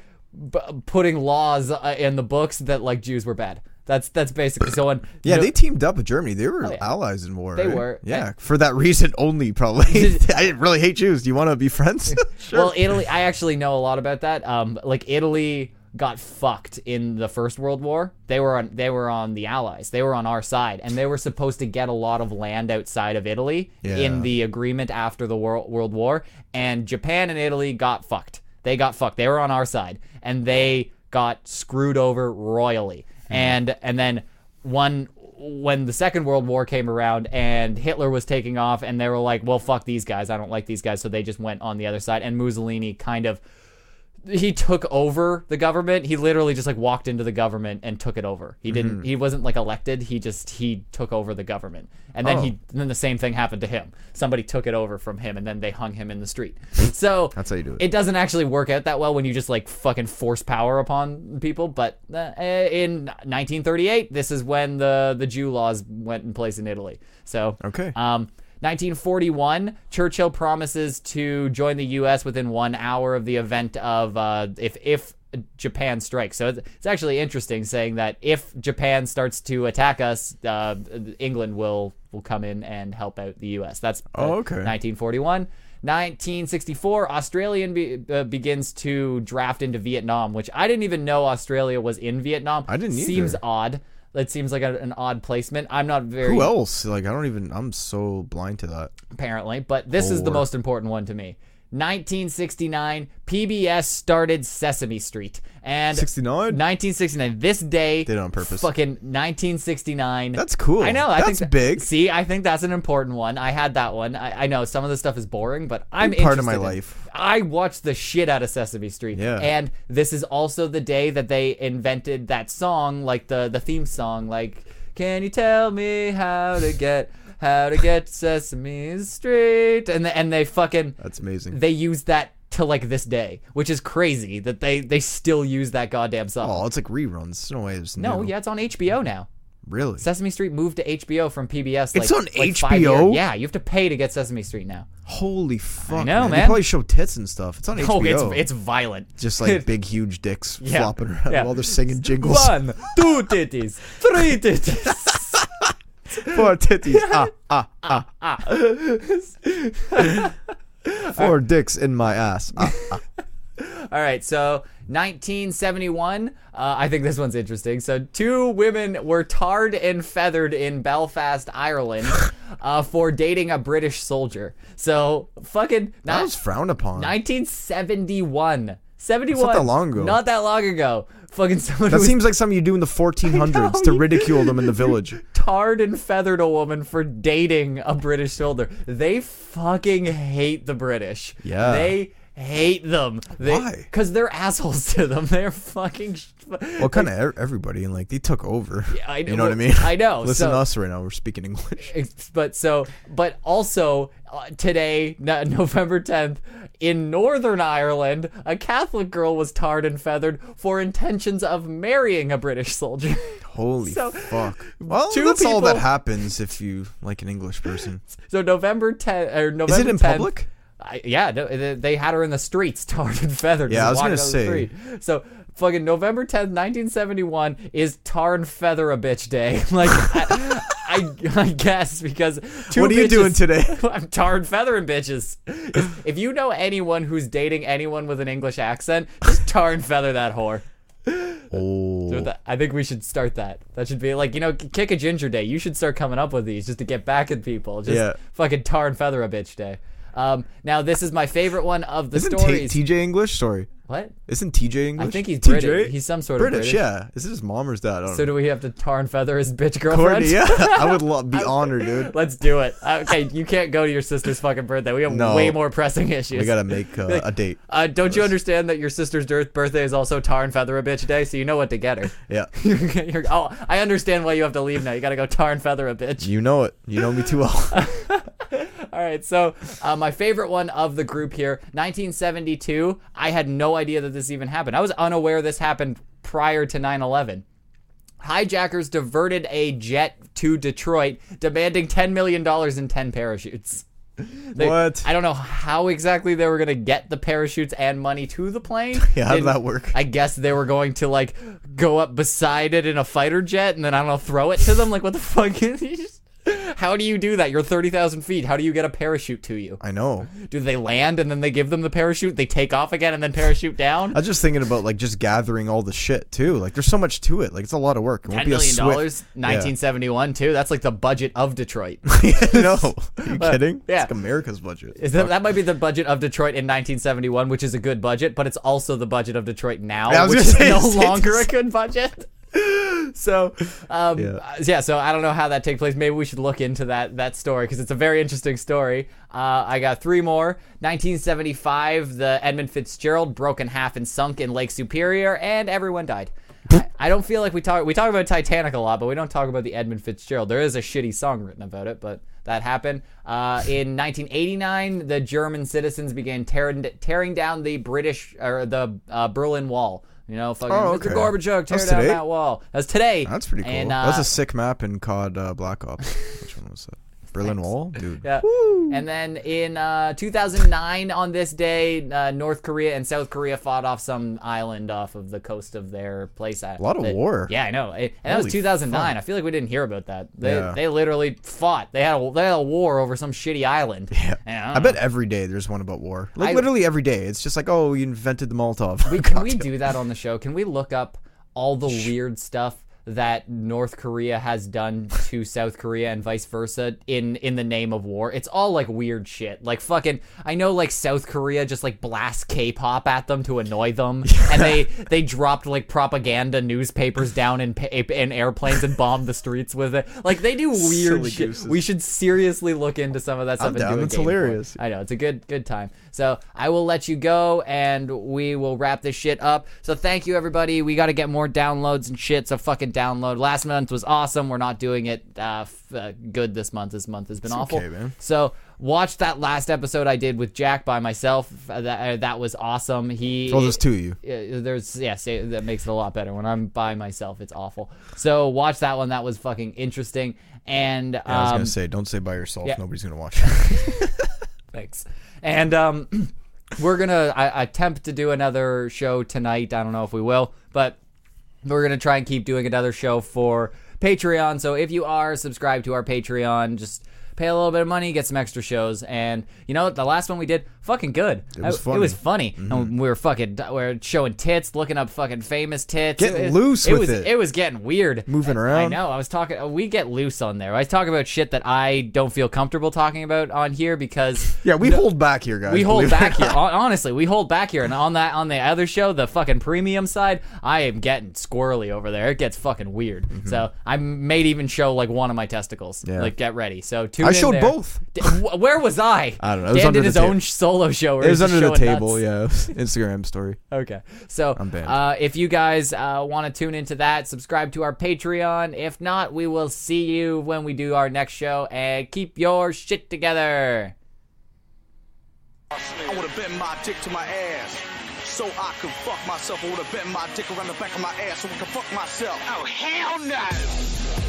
Speaker 4: b- putting laws uh, in the books that like Jews were bad. That's that's basically so. When,
Speaker 2: Yeah,
Speaker 4: no- Oh,
Speaker 2: they teamed up with Germany. They were allies in war. They
Speaker 4: were.
Speaker 2: Yeah, for that reason only, probably. I really hate Jews. Do you want to be friends? sure.
Speaker 4: Well, Italy. I actually know a lot about that. Um, like Italy got fucked in the First World War. They were on. They were on the Allies. They were on our side, and they were supposed to get a lot of land outside of Italy
Speaker 2: Yeah.
Speaker 4: in the agreement after the World World War. And Japan and Italy got fucked. They got fucked. They were on our side, and they got screwed over royally. And and then one when the second world war came around and hitler was taking off and they were like well fuck these guys i don't like these guys so they just went on the other side and mussolini kind of he took over the government. He literally just like walked into the government and took it over. He
Speaker 2: Mm-hmm.
Speaker 4: didn't. He wasn't like elected. He just he took over the government, and then he
Speaker 2: Oh.
Speaker 4: and then the same thing happened to him. Somebody took it over from him, and then they hung him in the street. So
Speaker 2: That's how you do it.
Speaker 4: It doesn't actually work out that well when you just like fucking force power upon people. But uh, eh, in 1938, this is when the the Jew laws went in place in Italy. So
Speaker 2: Okay.
Speaker 4: um, 1941, Churchill promises to join the U.S. within one hour of the event of uh, if if Japan strikes. So it's, it's actually interesting saying that if Japan starts to attack us, uh, England will will come in and help out the U.S. That's uh,
Speaker 2: Oh, okay.
Speaker 4: 1941. 1964, Australian be, uh, begins to draft into Vietnam, which I didn't even know Australia was in Vietnam.
Speaker 2: I didn't
Speaker 4: Seems
Speaker 2: either.
Speaker 4: odd. That seems like a, an odd placement. I'm not very
Speaker 2: Who else? Like I don't even. I'm so blind to that.
Speaker 4: apparently, but this is the
Speaker 2: Or-
Speaker 4: most important one to me. 1969, PBS started Sesame Street, and
Speaker 2: 69?
Speaker 4: 1969. This day,
Speaker 2: Did it on purpose.
Speaker 4: Fucking 1969.
Speaker 2: That's cool.
Speaker 4: I know. I think
Speaker 2: That's big.
Speaker 4: See, I think that's an important one. I had that one. I, I know some of this stuff is boring, but I'm
Speaker 2: Big part of
Speaker 4: interested
Speaker 2: my
Speaker 4: in-
Speaker 2: life.
Speaker 4: I watched the shit out of Sesame Street.
Speaker 2: Yeah.
Speaker 4: And this is also the day that they invented that song, like the the theme song, like Can you tell me how to get how to get Sesame Street? And the, and they fucking
Speaker 2: That's amazing.
Speaker 4: they use that to like this day, which is crazy that they they still use that goddamn song.
Speaker 2: oh, it's like reruns. There's no way. It's
Speaker 4: No,
Speaker 2: new.
Speaker 4: yeah, it's on HBO now.
Speaker 2: Really?
Speaker 4: Sesame Street moved to HBO from PBS. Like,
Speaker 2: It's on
Speaker 4: like five
Speaker 2: HBO?
Speaker 4: years- Yeah, you have to pay to get Sesame Street now.
Speaker 2: Holy fuck!
Speaker 4: know,
Speaker 2: man. They
Speaker 4: man.
Speaker 2: probably show tits and stuff. It's on HBO.
Speaker 4: Oh, it's it's violent.
Speaker 2: just like big, huge dicks
Speaker 4: Yeah.
Speaker 2: flopping around
Speaker 4: Yeah.
Speaker 2: while they're singing jingles.
Speaker 4: One, two titties, three titties.
Speaker 2: Four titties. ah, ah, ah, ah. Four dicks in my ass. Ah, ah.
Speaker 4: All right, so 1971. Uh, I think this one's interesting. So two women were tarred and feathered in Belfast, Ireland, uh, for dating a British soldier. So fucking
Speaker 2: That
Speaker 4: ni-
Speaker 2: was frowned upon.
Speaker 4: 1971. 71.
Speaker 2: That's not that long ago.
Speaker 4: Not that long ago. Fucking someone
Speaker 2: that
Speaker 4: was
Speaker 2: seems like something you do in the 1400s to
Speaker 4: you-
Speaker 2: ridicule them in the village.
Speaker 4: tarred and feathered a woman for dating a British soldier. They fucking hate the British.
Speaker 2: Yeah.
Speaker 4: They hate them. They,
Speaker 2: Why?
Speaker 4: Because they're assholes to them. They're fucking. sh-
Speaker 2: Well, kind of everybody, and like they took over.
Speaker 4: I-
Speaker 2: you know what I
Speaker 4: well,
Speaker 2: mean?
Speaker 4: I know,
Speaker 2: Listen
Speaker 4: so-
Speaker 2: to us right now. We're speaking English.
Speaker 4: Ex- but so but also uh, today no- november 10th in northern ireland a catholic girl was tarred and feathered for intentions of marrying a british soldier
Speaker 2: Holy
Speaker 4: So,
Speaker 2: fuck! Well,
Speaker 4: two
Speaker 2: that's all that
Speaker 4: people-
Speaker 2: happens if you like an English person.
Speaker 4: so november 10th or november
Speaker 2: Is it in
Speaker 4: 10th
Speaker 2: public?
Speaker 4: I, yeah, no, they- they had her in the streets, tarred and feathered.
Speaker 2: Yeah, I was
Speaker 4: just walking
Speaker 2: gonna
Speaker 4: down the
Speaker 2: say.
Speaker 4: street. So fucking November tenth, nineteen seventy one, is tar and feather a bitch day. Like, I, I, I guess because two
Speaker 2: What are you
Speaker 4: bitches-
Speaker 2: doing today?
Speaker 4: I'm tar and feathering bitches. If you know anyone who's dating anyone with an English accent, just tar and feather that whore.
Speaker 2: Oh,
Speaker 4: With that- I think we should start that. That should be like you know, kick a ginger day. You should start coming up with these just to get back at people. Just
Speaker 2: Yeah.
Speaker 4: fucking tar and feather a bitch day. Um, now this is my favorite one of the
Speaker 2: isn't Ta-
Speaker 4: stories.
Speaker 2: TJ English? Sorry,
Speaker 4: what?
Speaker 2: isn't TJ English?
Speaker 4: I think he's
Speaker 2: TJ?
Speaker 4: British. He's some sort
Speaker 2: British,
Speaker 4: of British.
Speaker 2: yeah. Is it his mom or his dad? I don't
Speaker 4: So
Speaker 2: know.
Speaker 4: do we have to tar and feather his bitch girlfriend?
Speaker 2: Courtney, yeah. I would love, be honored, dude.
Speaker 4: Let's do it. Uh, Okay, you can't go to your sister's fucking birthday. We have
Speaker 2: No.
Speaker 4: way more pressing issues.
Speaker 2: We gotta make uh,
Speaker 4: Like,
Speaker 2: a date.
Speaker 4: Uh, don't you understand that your sister's dearth birthday is also tar and feather a bitch day? So you know what to get her.
Speaker 2: Yeah,
Speaker 4: You're- oh, I understand why you have to leave now. You gotta go tar and feather a bitch.
Speaker 2: you know it. You know me too well.
Speaker 4: All right, so uh, my favorite one of the group here, 1972. I had no idea that this even happened. I was unaware this happened prior to 9 11. Hijackers diverted a jet to Detroit, demanding $10 million in 10 parachutes. They-
Speaker 2: What?
Speaker 4: I don't know how exactly they were going to get the parachutes and money to the plane.
Speaker 2: Yeah, how did
Speaker 4: Didn't-
Speaker 2: that work?
Speaker 4: I guess they were going to like go up beside it in a fighter jet and then I don't know throw it to them. Like what the fuck is this? How do you do that? You're thirty thousand feet. How do you get a parachute to you?
Speaker 2: I know.
Speaker 4: Do they land and then they give them the parachute? They take off again and then parachute down?
Speaker 2: I was just thinking about like just gathering all the shit too. Like there's so much to it. Like it's a lot of work. It won't
Speaker 4: Ten
Speaker 2: be a
Speaker 4: million
Speaker 2: swift-
Speaker 4: dollars, nineteen seventy one too. That's like the budget of Detroit.
Speaker 2: Yeah. no, are you kidding?
Speaker 4: yeah.
Speaker 2: It's like America's budget.
Speaker 4: Is that, that might be the budget of Detroit in 1971, which is a good budget, but it's also the budget of Detroit now,
Speaker 2: Yeah, I was
Speaker 4: which
Speaker 2: gonna
Speaker 4: is
Speaker 2: say,
Speaker 4: no
Speaker 2: it's-
Speaker 4: longer a good budget. so um,
Speaker 2: Yeah.
Speaker 4: yeah. yeah so i don't know how that takes place maybe we should look into that that story because it's a very interesting story uh, i got three more 1975 the edmund fitzgerald broke in half and sunk in lake superior and everyone died I, I don't feel like we talk we talk about titanic a lot but we don't talk about the edmund fitzgerald there is a shitty song written about it but that happened uh, in 1989 the german citizens began tearing, tearing down the british or the uh, berlin wall you know, fucking Mr.
Speaker 2: Oh, okay.
Speaker 4: Gorbachev, tear
Speaker 2: That's
Speaker 4: down
Speaker 2: today?
Speaker 4: that wall. That's today.
Speaker 2: That's pretty cool.
Speaker 4: And,
Speaker 2: That's
Speaker 4: uh,
Speaker 2: a sick map in COD uh, Black Ops. Which one was that? Berlin Wall, dude.
Speaker 4: Yeah. And then in uh, 2009, on this day, uh, North Korea and South Korea fought off some island off of the coast of their place. A
Speaker 2: lot of war.
Speaker 4: Yeah, I know. It- and that was
Speaker 2: Holy
Speaker 4: 2009. I feel like we didn't hear about that. They,
Speaker 2: Yeah.
Speaker 4: they literally fought. They had, a, they had a war over some shitty island. Yeah.
Speaker 2: I bet every day there's one about war. Like
Speaker 4: uh-huh. I-
Speaker 2: literally every day. It's just like, oh, you invented the Molotov.
Speaker 4: We, can we do that on the show? Can we look up all the weird stuff that North Korea has done to South Korea and vice versa in in the name of war? It's all like weird shit. Like fucking, I know like South Korea just like blasts K-pop at them to annoy them, and they they dropped like propaganda newspapers down in pa- in airplanes and bombed the streets with it. Like they do weird
Speaker 2: Silly
Speaker 4: shit.
Speaker 2: gooses.
Speaker 4: We should seriously look into some of that stuff. and
Speaker 2: down.
Speaker 4: do a
Speaker 2: That's
Speaker 4: game for it.
Speaker 2: hilarious.
Speaker 4: I know it's a good good time. So I will let you go, and we will wrap this shit up. So thank you everybody. We got to get more downloads and shit. So fucking download. Last month was awesome. We're not doing it uh, f- uh, good this month. This month has been awful.
Speaker 2: okay, man.
Speaker 4: So watch that last episode I did with Jack by myself. Uh, that uh, that was awesome. He
Speaker 2: well, there's two of you.
Speaker 4: uh, there's yeah say, that makes it a lot better when i'm by myself it's awful so watch that one that was fucking interesting and
Speaker 2: I was
Speaker 4: um,
Speaker 2: gonna say, don't say by yourself.
Speaker 4: yeah.
Speaker 2: Nobody's gonna watch. it.
Speaker 4: Thanks. And um, we're gonna I, attempt to do another show tonight. I don't know if we will, but we're gonna try and keep doing another show for Patreon. So if you are subscribed to our Patreon, just pay a little bit of money, get some extra shows. And you know, what? the last one we did, fucking good. It
Speaker 2: was
Speaker 4: It
Speaker 2: funny. Mm-hmm.
Speaker 4: was funny. And we were fucking we were showing tits, looking up fucking famous tits.
Speaker 2: Getting
Speaker 4: it,
Speaker 2: loose
Speaker 4: it
Speaker 2: with
Speaker 4: was,
Speaker 2: it.
Speaker 4: It was getting weird.
Speaker 2: Moving
Speaker 4: I- I
Speaker 2: around.
Speaker 4: know. I was talking. We get loose on there. I talk about shit that I don't feel comfortable talking about on here because
Speaker 2: Yeah, we hold back here, guys.
Speaker 4: we
Speaker 2: believe
Speaker 4: hold
Speaker 2: it.
Speaker 4: back here. Hon- Honestly, we hold back here, and on that on the other show, the fucking premium side, I am getting squirrely over there. It gets fucking weird. So I may even show like one of my testicles.
Speaker 2: Mm-hmm. Yeah.
Speaker 4: Like get ready. So tune
Speaker 2: I
Speaker 4: in
Speaker 2: showed
Speaker 4: there.
Speaker 2: both.
Speaker 4: D- wh- where was I?
Speaker 2: I don't know. It was
Speaker 4: Dan
Speaker 2: under
Speaker 4: did
Speaker 2: the
Speaker 4: his
Speaker 2: table.
Speaker 4: own sh- solo show. Where
Speaker 2: It was under the table. Yeah, Instagram story.
Speaker 4: Okay. So
Speaker 2: banned.
Speaker 4: uh, if you guys uh, want to tune into that, subscribe to our Patreon. If not, we will see you when we do our next show. And keep your shit together.
Speaker 3: I would've bent my dick to my ass so I could fuck myself. I would've bent my dick around the back of my ass so I could fuck myself. Oh, hell no!